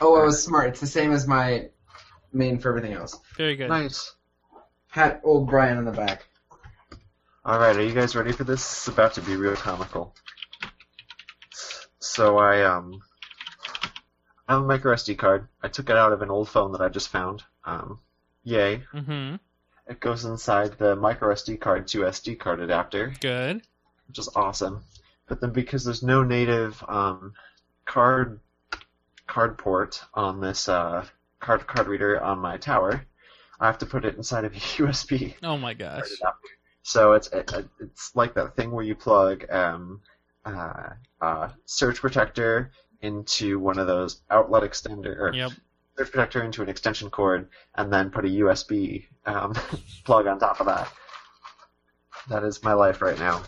S3: oh, I was smart. It's the same as my main for everything else.
S2: Very good.
S4: Nice.
S3: Pat old Brian on the back.
S4: All right, are you guys ready for this? It's about to be real comical. So I um, I have a micro SD card. I took it out of an old phone that I just found. Um, yay!
S2: Mm-hmm.
S4: It goes inside the micro SD card to SD card adapter,
S2: Good.
S4: which is awesome. But then because there's no native um, card card port on this uh, card card reader on my tower, I have to put it inside of a USB.
S2: Oh my gosh.
S4: So it's it, it's like that thing where you plug um, uh, uh, Surge Protector into one of those outlet extender or
S2: Yep.
S4: Surge Protector into an extension cord, and then put a USB um, plug on top of that. That is my life right now.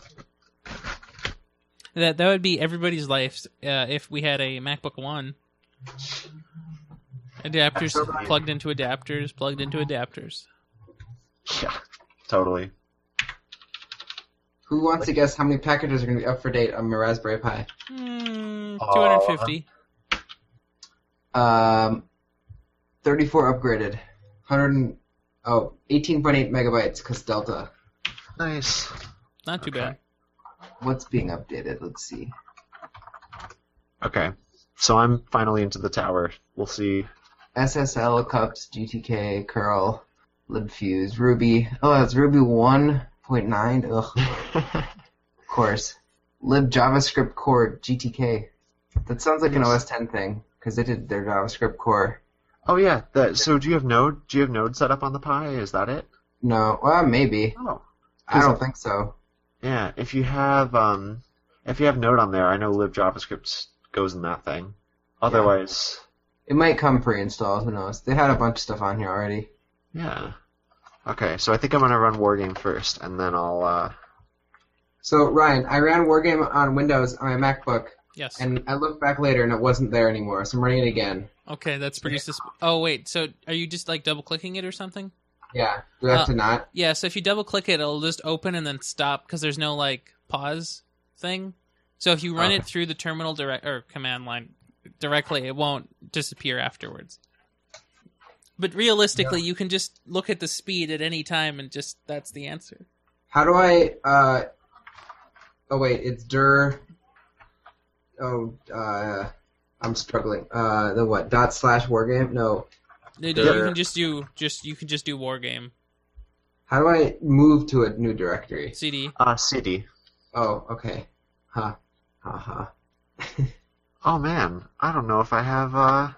S2: That that would be everybody's life uh, if we had a MacBook One. Adapters
S4: Absolutely.
S2: plugged into adapters, plugged into adapters.
S4: Yeah, totally.
S3: Who wants to guess how many packages are going to be up for date on my Raspberry Pi?
S2: Mm,
S4: Oh,
S2: 250.
S3: Um, 34 upgraded. 100 and, oh, 18.8 megabytes because Delta.
S4: Nice.
S2: Not too
S4: okay.
S2: bad.
S3: What's being updated? Let's see.
S4: Okay. So I'm finally into the tower. We'll see.
S3: SSL, Cups, GTK, Curl, Libfuse, Ruby. Oh, it's Ruby 1.9. Ugh, of course. Lib JavaScript Core GTK. That sounds like an OS 10 thing because they did their JavaScript Core.
S4: oh yeah. That, so do you have node? Do you have node set up on the Pi? Is that it?
S3: No, well, maybe.
S4: Oh.
S3: I don't think so.
S4: Yeah. If you have um, if you have node on there, I know lib JavaScript goes in that thing. Otherwise,
S3: It might come pre-installed. Who knows? They had a bunch of stuff on here already.
S4: yeah. Okay. So I think I'm gonna run wargame first, and then I'll. Uh,
S3: So Ryan, I ran Wargame on Windows on my MacBook,
S2: Yes.
S3: and I looked back later and it wasn't there anymore. So I'm running it again.
S2: Okay, that's pretty sus- Oh wait, so are you just like double clicking it or something?
S3: Yeah, do I have
S2: Uh,
S3: to not?
S2: Yeah, so if you double click it, it'll just open and then stop because there's no like pause thing. So if you run it through the terminal direct or command line directly, it won't disappear afterwards. But realistically, you can just look at the speed at any time and just that's the answer.
S3: How do I? Uh, oh wait, it's dir. Oh, uh, I'm struggling. Uh, the what? Dot slash Wargame? No.
S2: You
S6: There-
S2: can just do just you can just do war game
S3: How do I move to a new directory?
S2: CD.
S4: uh cd.
S3: Oh, okay. Huh. Uh huh.
S4: Oh man, I don't know if I have uh,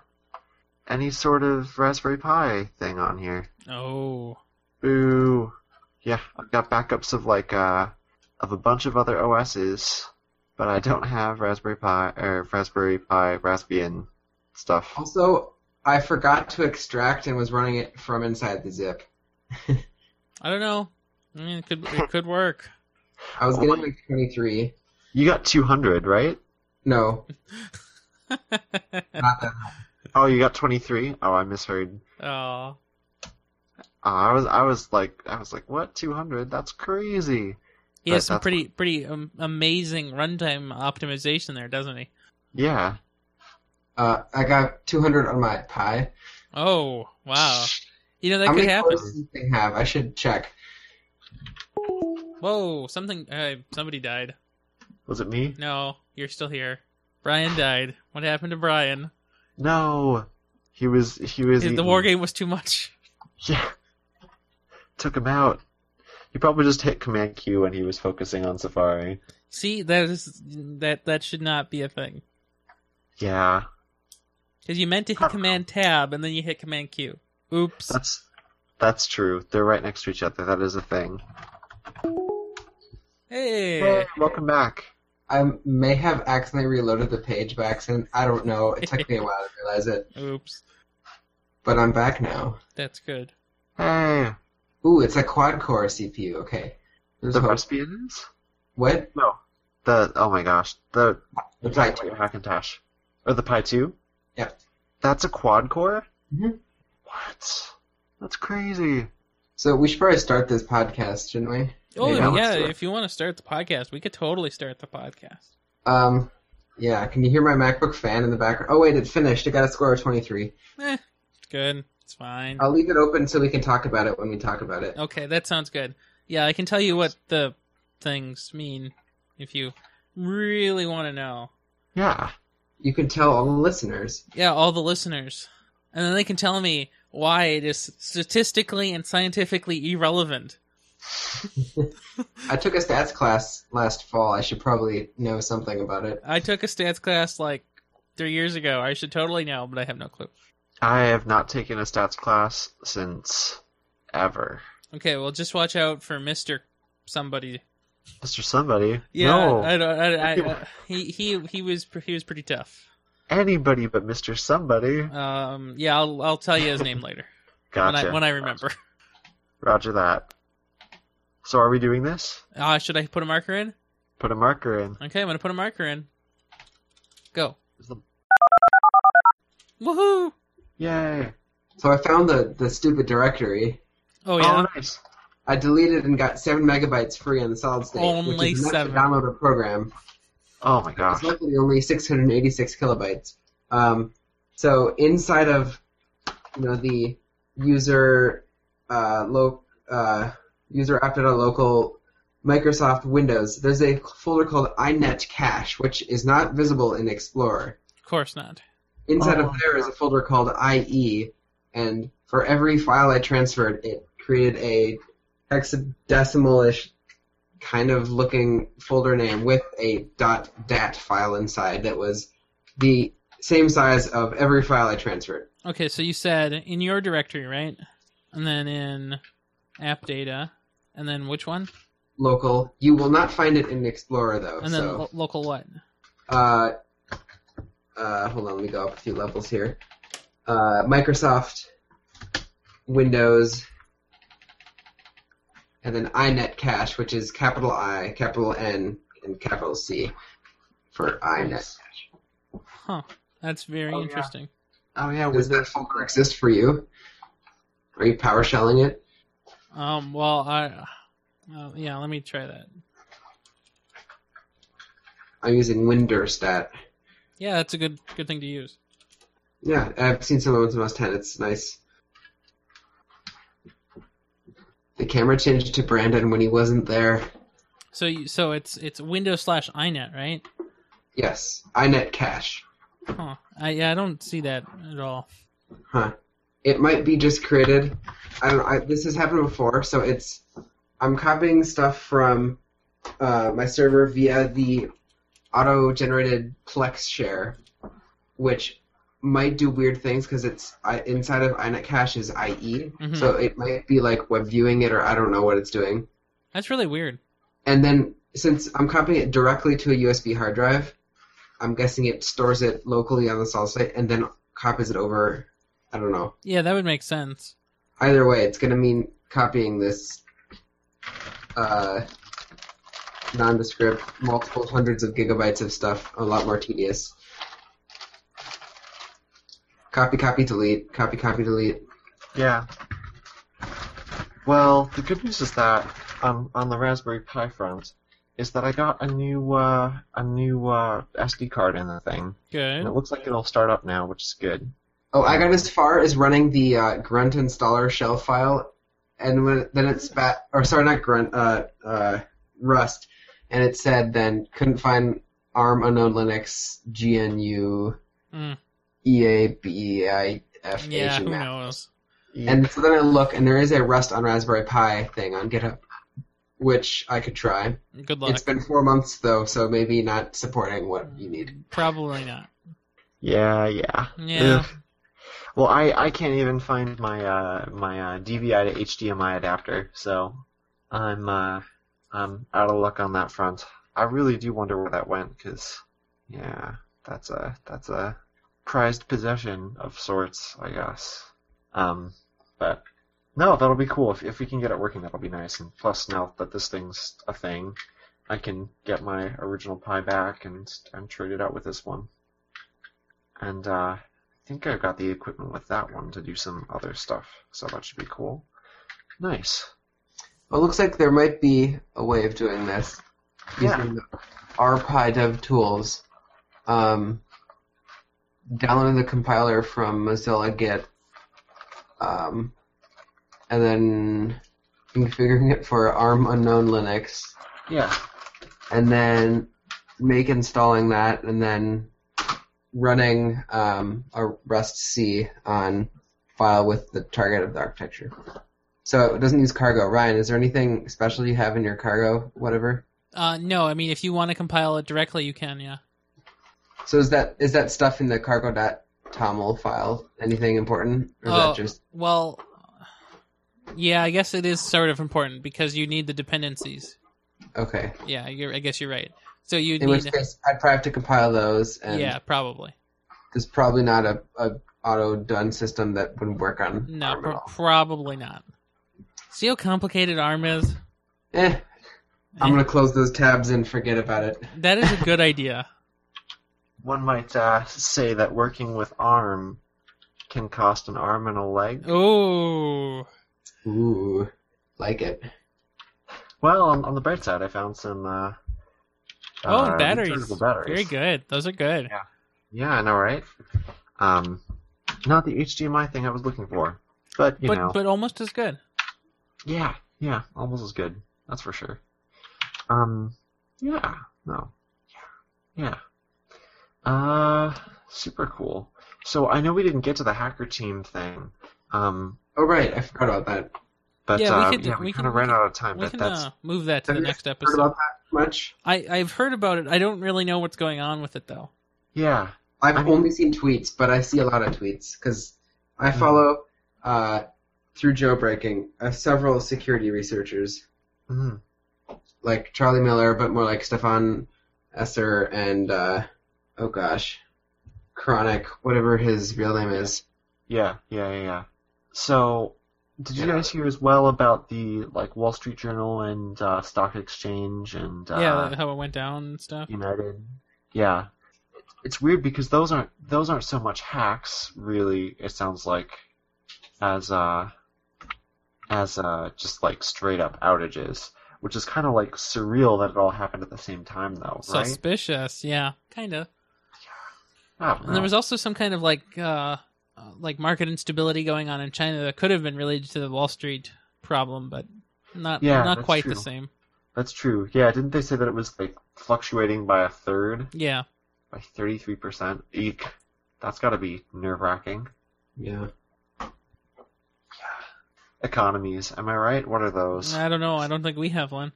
S4: any sort of Raspberry Pi thing on here.
S2: Oh,
S4: Boo. Yeah, I've got backups of like uh of a bunch of other OSs, but I don't have Raspberry Pi or Raspberry Pi Raspbian
S3: Oh.
S4: stuff.
S3: Also, I forgot to extract and was running it from inside the zip.
S2: I don't know. I mean, it could it could work.
S3: I was
S4: Oh
S3: getting
S4: my-
S3: like 23.
S4: You got 200, right?
S3: No, not that.
S4: Oh, you got 23. Oh, I misheard.
S2: oh,
S4: Uh, I was I was like I was like what 200? That's crazy.
S2: he has
S4: Right,
S2: some
S4: that's-
S2: pretty pretty um, amazing runtime optimization there, doesn't he?
S4: Yeah.
S3: Uh, I got 200 on my Pi.
S2: Oh, wow. You know that
S3: How
S2: could
S3: many
S2: happen.
S3: cores does this thing have? I should check.
S2: Whoa, something uh, somebody died.
S4: Was it me?
S2: No, you're still here. Brian died. What happened to Brian?
S4: No. He was he was
S2: The
S4: eaten.
S2: war game was too much.
S4: Yeah. Took him out. He probably just hit command Q when he was focusing on Safari.
S2: See, that is that that should not be a thing.
S4: Yeah.
S2: Cuz you meant to hit command tab and then you hit command Q. Oops.
S4: That's that's true. They're right next to each other. That is a thing.
S2: Hey.
S4: Welcome back.
S3: I may have accidentally reloaded the page by accident. I don't know. It took me a while to realize it,
S2: Oops.
S3: but I'm back now.
S2: That's good.
S4: Hey,
S3: Ooh, it's a quad core CPU. Okay. There's
S4: the
S3: hope.
S4: Raspbians?
S3: What?
S4: No, the oh my gosh, the
S3: The Pi 2.
S4: Macintosh or the Pi Two?
S3: Yep.
S4: That's a quad core.
S3: Mhm.
S4: What? That's crazy.
S3: So we should probably start this podcast, shouldn't we?
S2: Oh,
S4: Yeah,
S2: yeah,
S4: let's do it.
S2: if you want to start the podcast, we could totally start the podcast.
S3: Um, yeah. Can you hear my MacBook fan in the background? Oh wait, it finished. It got a score of 23.
S2: Eh, it's good. It's fine.
S3: I'll leave it open so we can talk about it when we talk about it.
S2: Okay, that sounds good. Yeah, I can tell you what the things mean if you really want to know.
S4: Yeah.
S3: You can tell all the listeners.
S2: Yeah, all the listeners. And then they can tell me why it is statistically and scientifically irrelevant.
S3: I took a stats class last fall. I should probably know something about it.
S2: I took a stats class like three years ago. I should totally know, but I have no clue.
S4: I have not taken a stats class since ever.
S2: Okay, well, just watch out for Mister Somebody.
S4: Mr. Somebody.
S2: Yeah,
S4: no.
S2: I don't. I, I, I, he he he was pre- he was pretty tough.
S4: Anybody but Mr. Somebody.
S2: Um, yeah, I'll I'll tell you his name later
S4: Gotcha.
S2: when I when I remember.
S4: Roger that. So are we doing this?
S2: Uh, should I put a marker in?
S4: Put a marker in.
S2: Okay, I'm gonna put a marker in. Go.
S4: Is the-
S2: Woohoo!
S4: Yay.
S3: So I found the, the stupid directory.
S2: Oh yeah.
S4: nice.
S3: I deleted and got seven megabytes free on the solid state,
S2: Only
S3: which is enough
S2: seven.
S3: to download a program.
S4: Oh my gosh.
S3: It's luckily only 686 kilobytes. Um, so inside of you know the user uh, lo- uh, user app.local Microsoft Windows, there's a folder called iNet cache, which is not visible in Explorer.
S2: Of course not.
S3: Inside
S4: Oh.
S3: of there is a folder called IE, and for every file I transferred, it created a hexadecimal-ish kind of looking folder name with a .dat file inside that was the same size of every file I transferred.
S2: Okay, so you said in your directory, right? And then in app data, and then which one?
S3: Local. You will not find it in Explorer though.
S2: And then
S3: so.
S2: lo- local what?
S3: uh, uh, hold on, let me go up a few levels here. Uh, Microsoft, Windows, and then iNet Cache, which is capital I, capital N, and capital C for iNet.
S2: Huh. That's very
S3: Oh, yeah.
S2: interesting.
S4: Oh yeah,
S3: Does that folder exist for you? Are you PowerShelling it?
S2: Um. Well, I. Uh, yeah. Let me try that.
S3: I'm using Winderstat.
S2: Yeah, that's a good good thing to use.
S3: Yeah, I've seen some of most 10. It's nice. The camera changed to Brandon when he wasn't there.
S2: So you, so it's it's Windows slash iNet, right?
S3: Yes, iNet Cache.
S2: Huh. I yeah, I don't see that at all.
S3: Huh. It might be just created. I don't. I, this has happened before, so it's. I'm copying stuff from uh, my server via the auto-generated Plex share, which might do weird things because it's I, inside of iNet Cache is IE,
S2: Mhm.
S3: so it might be like web viewing it, or I don't know what it's doing.
S2: That's really weird.
S3: And then since I'm copying it directly to a USB hard drive, I'm guessing it stores it locally on the solid state and then copies it over. I don't know.
S2: Yeah, that would make sense.
S3: Either way, it's going to mean copying this uh, nondescript, multiple hundreds of gigabytes of stuff, a lot more tedious. Copy, copy, delete. Copy, copy, delete.
S4: Yeah. Well, the good news is that um, on the Raspberry Pi front is that I got a new uh, a new uh, SD card in the thing,
S2: Good.
S4: and it looks like it'll start up now, which is good.
S3: Oh, I got as far as running the uh, grunt installer shell file, and when, then it spat, or sorry, not grunt, uh, uh, Rust, and it said then couldn't find ARM unknown Linux GNU
S2: Mm.
S3: E EABIF
S2: Yeah. Who
S3: HMAC.
S2: knows?
S3: And so then I look, and there is a Rust on Raspberry Pi thing on GitHub, which I could try.
S2: Good luck.
S3: It's been four months though, so maybe not supporting what you need.
S2: Probably not.
S4: yeah, yeah.
S2: Yeah.
S4: Ugh. Well, I, I can't even find my uh, my uh, DVI to HDMI adapter, so I'm uh, I'm out of luck on that front. I really do wonder where that went, because yeah, that's a that's a prized possession of sorts, I guess. Um, but no, that'll be cool if if we can get it working. That'll be nice. And plus, now that this thing's a thing, I can get my original Pi back and and trade it out with this one. And uh, I think I've got the equipment with that one to do some other stuff, so that should be cool. Nice.
S3: Well, it looks like there might be a way of doing this
S4: Yeah.
S3: using the RPI dev E tools. Um, download the compiler from Mozilla Git, um, and then configuring it for ARM unknown Linux,
S4: Yeah.
S3: and then make installing that, and then running um, a Rust C on file with the target of the architecture. So it doesn't use cargo. Ryan, is there anything special you have in your cargo, whatever?
S2: Uh, no, I mean if you want to compile it directly, you can. Yeah.
S3: So is that is that stuff in the cargo.toml file anything important? Or is
S2: Oh.
S3: that just
S2: Well, yeah, I guess it is sort of important because you need the dependencies.
S3: okay?
S2: Yeah, you're, I guess you're right. So you
S3: In which
S2: need,
S3: case, I'd probably have to compile those, and
S2: yeah, probably.
S3: there's probably not a, a auto done system that would work on
S2: No,
S3: ARM at
S2: pro-
S3: all.
S2: probably not. See how complicated ARM is?
S3: Eh, I'm
S2: Eh.
S3: gonna close those tabs and forget about it.
S2: That is a good idea.
S4: One might uh, say that working with ARM can cost an arm and a leg.
S3: Uh,
S2: Oh,
S3: Ooh, like it.
S4: Well, on, on the bright side, I found some. Uh,
S2: oh,
S4: uh,
S2: batteries.
S4: rechargeable batteries.
S2: Very good. Those are good.
S4: Yeah, I know, right? Um, not the HDMI thing I was looking for, but you
S2: but
S4: know,
S2: but almost as good.
S4: yeah, yeah, almost as good. That's for sure. Um, yeah, no, yeah, yeah. Uh, super cool. So I know we didn't get to the hacker team thing. Um,
S3: Oh right, I forgot about that.
S4: but
S2: Yeah, we
S4: uh,
S2: could-
S4: yeah, we,
S2: we
S4: kind
S2: can-
S4: of ran out of time.
S2: We
S4: But
S2: can
S4: that's
S2: uh, move that to the
S3: Have you
S2: next
S3: Heard
S2: episode.
S3: about that much?
S2: I I've heard about it. I don't really know what's going on with it though.
S4: yeah,
S3: I've
S4: I mean-
S3: only seen tweets, but I see a lot of tweets because I
S4: Mhm.
S3: follow uh, through jailbreaking uh, several security researchers
S4: mm,
S3: like Charlie Miller, but more like Stefan Esser and uh, oh gosh, Chronic, whatever his real name is.
S4: yeah, yeah, yeah, yeah. So. Did you
S3: Yeah.
S4: guys hear as well about the like Wall Street Journal and uh, stock exchange and uh,
S2: yeah, how it went down and stuff.
S4: United. Yeah, it's weird because those aren't those aren't so much hacks, really. It sounds like as uh as uh just like straight up outages, which is kind of like surreal that it all happened at the same time, though, right?
S2: Suspicious. Yeah, kind of.
S4: I don't
S2: And there
S4: know.
S2: was also some kind of like uh uh, like market instability going on in China that could have been related to the Wall Street problem, but not
S4: Yeah,
S2: not
S4: that's
S2: quite the
S4: true.
S2: same.
S4: That's true. Yeah, didn't they say that it was like fluctuating by a third,
S2: Yeah.
S4: by thirty three percent? Eek, that's got to be nerve wracking.
S3: Yeah,
S4: Economies, am I right? What are those?
S2: I don't know. I don't think we have one.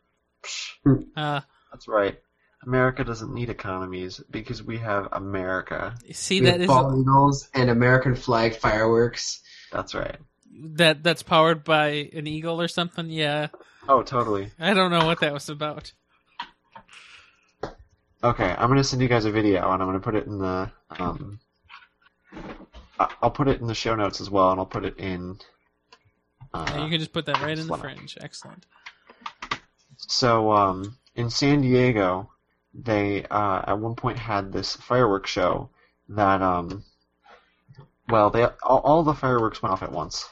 S2: Uh,
S4: That's right. America doesn't need economies because we have America.
S2: see,
S3: we
S2: that
S3: have
S2: is
S3: bald eagles and American flag fireworks.
S4: That's right.
S2: that that's powered by an eagle or something. Yeah,
S4: Oh, totally.
S2: I don't know what that was about.
S4: Okay, I'm gonna send you guys a video and I'm gonna put it in the um. I- I'll put it in the show notes as well, and I'll put it in.
S2: Yeah,
S4: Uh,
S2: you can just put that right in the
S4: Slack.
S2: fringe. Excellent.
S4: so um, in San Diego, they uh, at one point had this fireworks show that um. Well, they all, all the fireworks went off at once.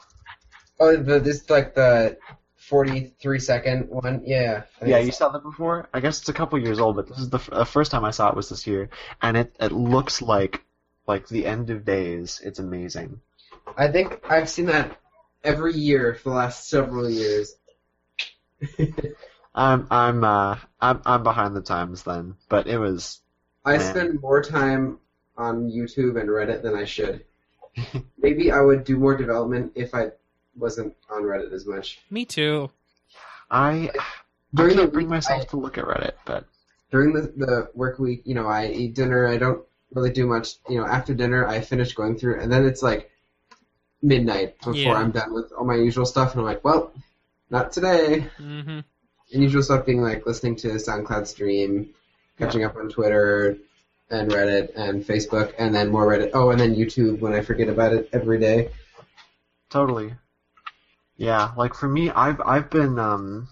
S3: Oh, the, this like the forty-three second one. Yeah, I think
S4: Yeah,
S3: it's-
S4: you saw that before. I guess it's a couple years old, but this is the f- uh, first time I saw it was this year, and it it looks like like the end of days. It's amazing.
S3: I think I've seen that every year for the last several years.
S4: I'm I'm uh I'm I'm behind the times then, but it was
S3: I
S4: Man.
S3: spend more time on YouTube and Reddit than I should. Maybe I would do more development if I wasn't on Reddit as much.
S2: Me too.
S4: I I
S3: During the
S4: can't bring
S3: week,
S4: myself
S3: I-
S4: to look at Reddit, but
S3: during the, the work week, you know, I eat dinner. I don't really do much. You know, after dinner, I finish going through, and then it's like midnight before
S2: Yeah.
S3: I'm done with all my usual stuff, and I'm like, well, not today.
S2: hmm
S3: And usual stuff being like listening to SoundCloud stream, catching up on Twitter and Reddit and Facebook, and then more Reddit. Oh, and then YouTube when I forget about it every day.
S4: totally. Yeah, like for me, I've I've been um.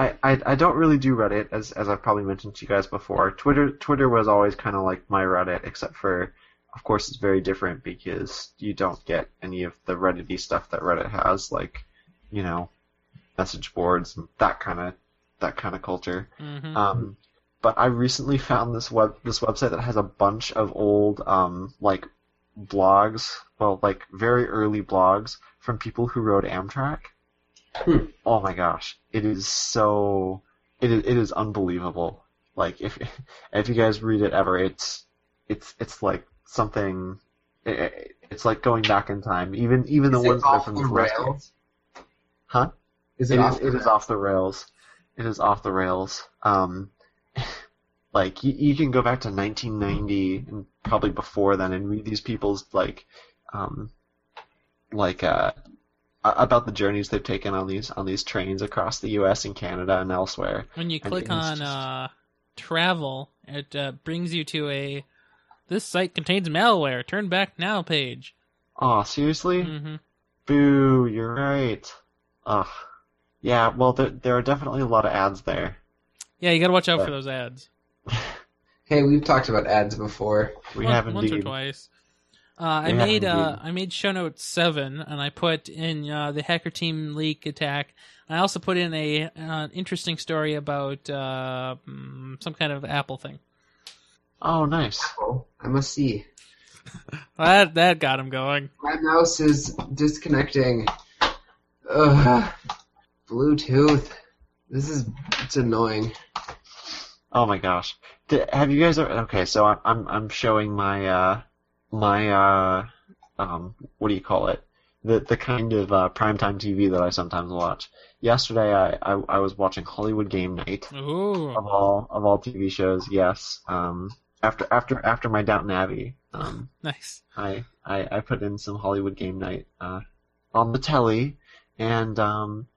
S4: I, I, I don't really do Reddit as as I've probably mentioned to you guys before. Twitter Twitter was always kind of like my Reddit, except for of course it's very different because you don't get any of the Reddity stuff that Reddit has, like you know, message boards and that kind of that kind of culture.
S2: hmm
S3: Mm-hmm.
S4: Um, but I recently found this web this website that has a bunch of old um, like blogs, well, like very early blogs from people who rode Amtrak.
S3: Hmm.
S4: Oh my gosh, it is so it is, it is unbelievable. Like if if you guys read it ever, it's it's it's like something. i- i it's like going back in time. Even even the
S3: Is it
S4: ones that are
S3: off
S4: from
S3: the
S4: the last
S3: rails?
S4: decade. Huh?
S3: Is
S4: It
S3: it,
S4: is
S3: off?
S4: it is off the rails. It is off the rails. Um, Like you, you can go back to 1990 and probably before then and read these people's like, um, like uh, a- about the journeys they've taken on these on these trains across the U.S. and Canada and elsewhere.
S2: When you
S4: I
S2: click
S4: think it's
S2: on
S4: just-
S2: uh, travel, it uh, brings you to a this site contains malware. Turn back now page.
S4: Aw, seriously?
S2: hmm
S4: Boo! You're right. Ugh. Yeah. Well, there there are definitely a lot of ads there.
S2: Yeah, you got to watch out for those ads.
S3: Hey, we've talked about ads before.
S4: We
S2: once,
S4: have
S2: once or
S4: indeed.
S2: twice. Uh, I
S4: We have
S2: made uh,
S4: indeed.
S2: I made show note seven, and I put in uh, the hacker team leak attack. I also put in a uh, interesting story about uh, mm, some kind of Apple thing.
S4: Oh, nice.
S3: Oh, I must see.
S2: That that got him going.
S3: My mouse is disconnecting. Ugh. Bluetooth. This is it's annoying.
S4: Oh my gosh. D have you guys ever, okay, so I'm I'm I'm showing my uh my uh um what do you call it? The the kind of uh primetime TV that I sometimes watch. Yesterday I I, I was watching Hollywood Game Night
S2: Ooh,
S4: of all of all TV shows. Yes. Um after after after my Downton Abbey, um
S2: nice.
S4: I I I put in some Hollywood Game Night uh on the telly and um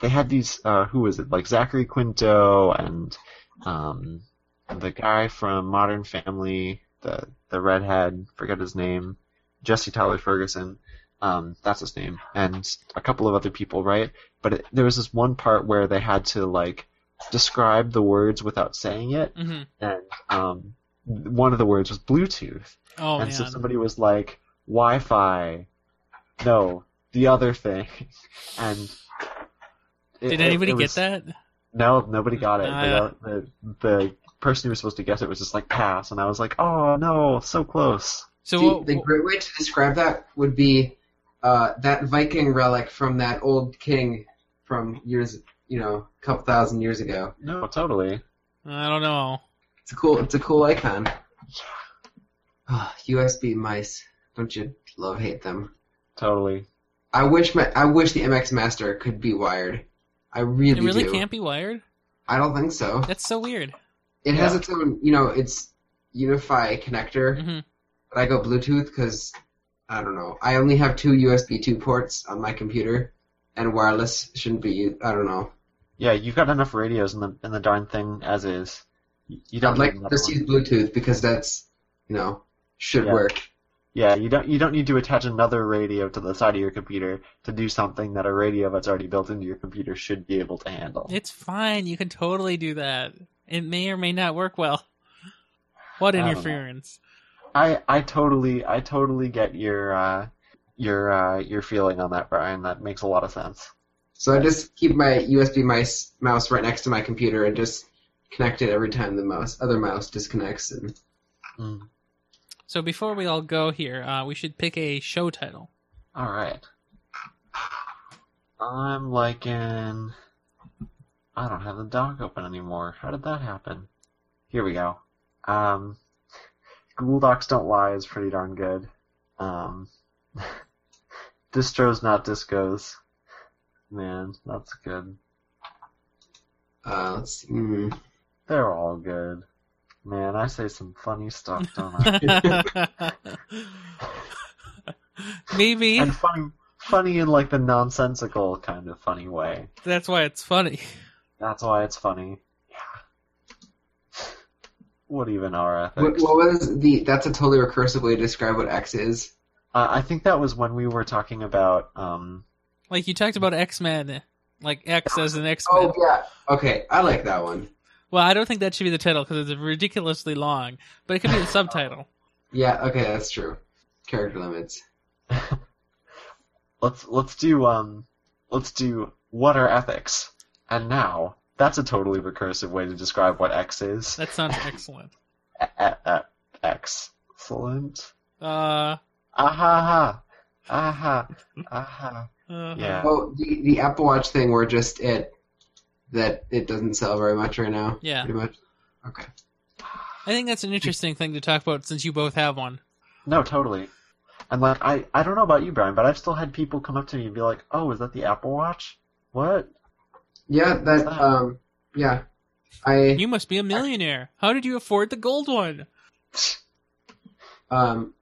S4: they had these uh who was it like Zachary Quinto and um the guy from Modern Family the the redhead forget his name Jesse Tyler Ferguson um that's his name and a couple of other people right but it, there was this one part where they had to like describe the words without saying it
S2: hmm
S4: and um one of the words was Bluetooth
S2: Oh
S4: and
S2: man.
S4: so somebody was like, Wi-Fi. No, the other thing. And it-
S2: Did
S4: it-
S2: anybody
S4: it
S2: get
S4: was-
S2: that?
S4: No, nobody got it.
S2: Ah.
S4: The, the the person who was supposed to guess it was just like pass, and I was like, oh no, so close.
S2: So
S3: See,
S2: what-
S3: the great way to describe that would be uh, that Viking relic from that old king from years, you know, a couple thousand years ago.
S4: No, totally.
S2: I don't know.
S3: It's a cool. It's a cool icon. Ah, USB mice. Don't you love hate them?
S4: Totally.
S3: I wish my I wish the MX Master could be wired. I really,
S2: It really
S3: do.
S2: can't be wired.
S3: I don't think so.
S2: That's so weird.
S3: It has
S4: Yeah.
S3: its own, you know, its Unify connector.
S2: hmm
S4: Mm-hmm.
S3: but I go Bluetooth because I don't know. I only have two USB 2 ports on my computer, and wireless shouldn't be. u- I don't know.
S4: Yeah, you've got enough radios in the in the darn thing as is. You you don't
S3: I'd
S4: need
S3: like to
S4: another
S3: just
S4: one.
S3: use Bluetooth because that's you know should
S4: Yeah.
S3: work.
S4: Yeah, you don't you don't need to attach another radio to the side of your computer to do something that a radio that's already built into your computer should be able to handle.
S2: It's fine. You can totally do that. It may or may not work well. What
S4: I don't know.
S2: interference?
S4: I I totally I totally get your uh, your uh, your feeling on that, Brian. That makes a lot of sense.
S3: So I just keep my USB mice mouse right next to my computer and just connect it every time the mouse other mouse disconnects. And
S2: So before we all go here, uh, we should pick a show title.
S4: All right. I'm liking. I don't have the dock open anymore. How did that happen? Here we go. Um, Google Docs Don't Lie is pretty darn good. Um, distros not discos. Man, that's good.
S3: uh, let's see. Mm.
S4: They're all good. Man, I say some funny stuff, don't I?
S2: Maybe
S4: and funny, funny in like the nonsensical kind of funny way.
S2: that's why it's funny.
S4: That's why it's funny. Yeah. What even are
S3: What,
S4: ethics?
S3: what was the? That's a totally recursive way to describe what X is.
S4: Uh, I think that was when we were talking about. Um,
S2: Like you talked about X Men, like X as an X Men.
S3: Oh yeah. Okay, I like that one.
S2: Well, I don't think that should be the title because it's ridiculously long, but it could be the subtitle.
S3: Yeah. Okay, that's true. Character limits.
S4: let's let's do um, let's do what are ethics? And now that's a totally recursive way to describe what X is.
S2: That sounds excellent.
S4: E- e- e- Excellent.
S2: Uh,
S4: Aha! Aha! Aha!
S2: uh,
S4: Yeah.
S3: Oh, the, the Apple Watch thing, we're just it that it doesn't sell very much right now.
S2: Yeah.
S3: Pretty much. Okay.
S2: I think that's an interesting thing to talk about since you both have one.
S4: No, totally. And like I, I don't know about you, Brian, but I've still had people come up to me and be like, "Oh, is that the Apple Watch? What?
S3: Yeah, that
S4: Wow.
S3: um yeah. I
S2: You must be a millionaire. How did you afford the gold one?
S3: Um,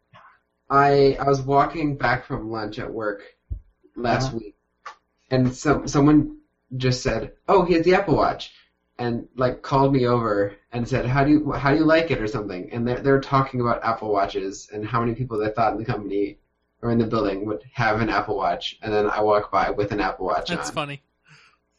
S3: I I was walking back from lunch at work last
S2: Uh-huh.
S3: week, and some someone just said, "Oh, he has the Apple Watch," and like called me over and said, "How do you how do you like it?" or something. And they're they're talking about Apple Watches and how many people they thought in the company or in the building would have an Apple Watch. And then I walk by with an Apple Watch
S2: That's
S3: on.
S2: funny.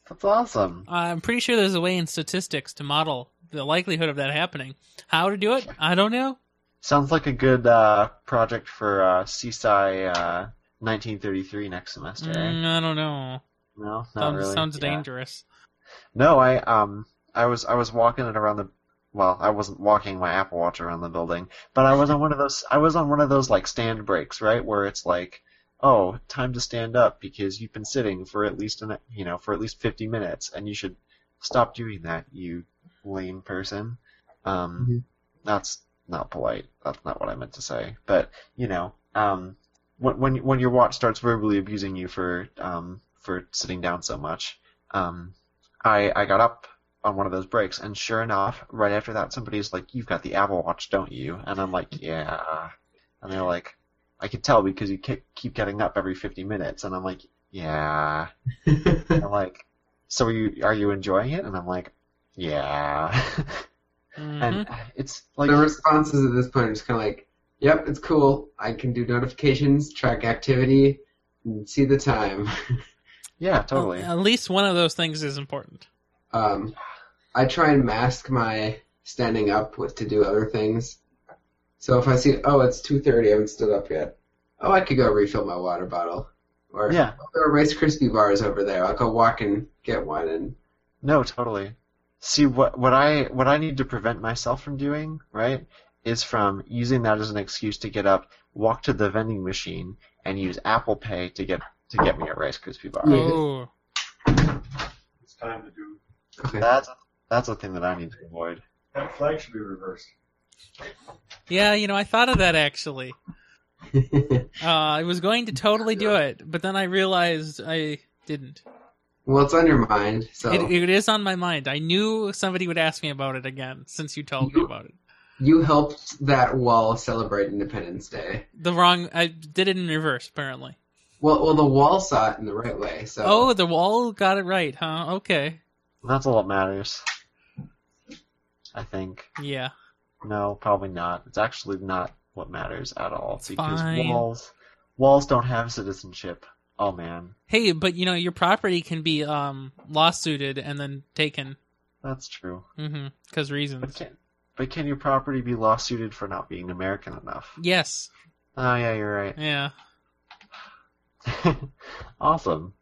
S4: That's awesome.
S2: I'm pretty sure there's a way in statistics to model the likelihood of that happening. How to do it? I don't know.
S4: Sounds like a good uh, project for uh, CSI uh, 1933 next semester. eh?
S2: Mm, I don't know.
S4: No, not
S2: Sounds,
S4: really.
S2: sounds
S4: Yeah.
S2: dangerous.
S4: No, I um I was I was walking it around the well, I wasn't walking my Apple Watch around the building, but I was on one of those I was on one of those like stand breaks, right? Where it's like, "Oh, time to stand up because you've been sitting for at least an, you know, for at least 50 minutes and you should stop doing that, you lame person." Um
S3: Mhm.
S4: that's not polite. That's not what I meant to say. But, you know, um when when when your watch starts verbally abusing you for um for sitting down so much, um I I got up on one of those breaks, and sure enough, right after that, somebody's like, "You've got the Apple Watch, don't you?" And I'm like, "Yeah," and they're like, "I could tell because you ke- keep getting up every 50 minutes," and I'm like, "Yeah," and I'm like, "So are you are you enjoying it?" And I'm like, "Yeah,"
S2: Mhm.
S4: and it's like
S3: the responses at this point are just kind of like, "Yep, it's cool. I can do notifications, track activity, and see the time."
S4: yeah, totally.
S2: At least one of those things is important.
S3: Um, I try and mask my standing up with to do other things. So if I see, oh, it's two thirty, I haven't stood up yet. Oh, I could go refill my water bottle, or
S4: Yeah,
S3: "Oh, there are Rice Krispie bars over there. I'll go walk and get one. And
S4: no, totally. See what what I what I need to prevent myself from doing, right, is from using that as an excuse to get up, walk to the vending machine, and use Apple Pay to get to get me a Rice Krispie bar.
S3: Yeah.
S2: Oh,
S7: It's time to do.
S3: okay,
S4: That's that's a thing that I need to avoid.
S7: That flag should be reversed.
S2: yeah. You know, I thought of that actually. Uh, I was going to totally do it, but then I realized I didn't.
S3: well, it's on your mind, so
S4: Oh.
S2: It, it is on my mind. I knew somebody would ask me about it again since you told me about it.
S3: you helped that wall celebrate Independence Day.
S2: The wrong. I did it in reverse apparently.
S3: Well, well, the wall saw it in the right way. So
S2: Oh, the wall got it right, huh? Okay.
S4: That's all that matters. I think.
S2: Yeah.
S4: No, probably not. It's actually not what matters at all because
S2: fine.
S4: walls walls don't have citizenship. Oh man,
S2: Hey, but you know your property can be um lawsuited and then taken.
S4: that's true.
S2: Mm-hmm. Because
S4: But
S2: reasons.
S4: can but can your property be lawsuited for not being American enough?
S2: Yes.
S4: Oh yeah, you're right.
S2: Yeah.
S4: awesome.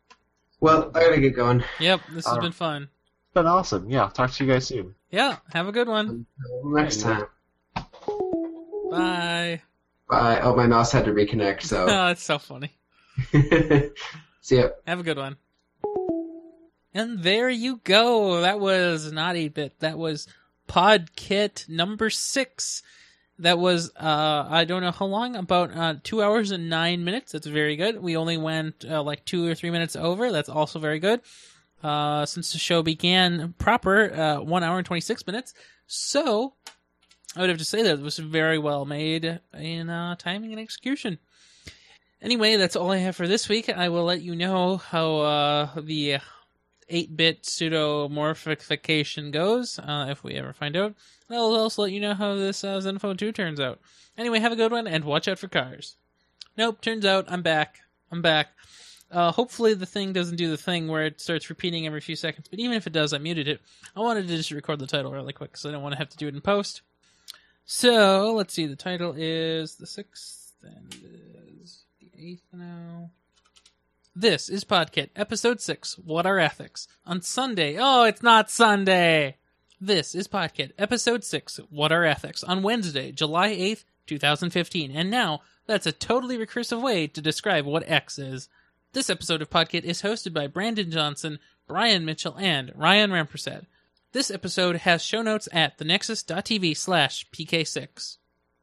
S3: well, I gotta get going.
S2: Yep. This has
S4: Uh,
S2: been fun.
S4: It's been awesome. Yeah, talk to you guys soon.
S2: Yeah. Have a good one.
S3: Next time.
S2: Bye.
S3: Bye. Oh, my mouse had to reconnect. So
S2: Oh, it's so funny.
S3: see ya.
S2: Have a good one. And there you go. That was not 8 bit. That was Podkit number six. That was, uh, I don't know how long, about uh, two hours and nine minutes. That's very good. We only went uh, like two or three minutes over. That's also very good. Uh, since the show began proper, uh, one hour and 26 minutes. So, I would have to say that it was very well made in uh, timing and execution anyway, that's all I have for this week. I will let you know how uh, the 8 bit pseudomorphification goes, uh, if we ever find out. And I'll also let you know how this uh, Zenfone 2 turns out. Anyway, have a good one and watch out for cars. Nope, turns out I'm back. I'm back. Uh, hopefully, the thing doesn't do the thing where it starts repeating every few seconds, but even if it does, I muted it. I wanted to just record the title really quick because I don't want to have to do it in post. So, let's see. The title is The Sixth, and it is the eighth now. This is Podkit, episode six. What are ethics? On Sunday. Oh, it's not Sunday. This is Podkit, episode six. What are ethics? On Wednesday, July eighth, two thousand fifteen. And now that's a totally recursive way to describe what X is. This episode of Podkit is hosted by Brandon Johnson, Brian Mitchell, and Ryan Rampersad. This episode has show notes at thenexus.tv slash pk6.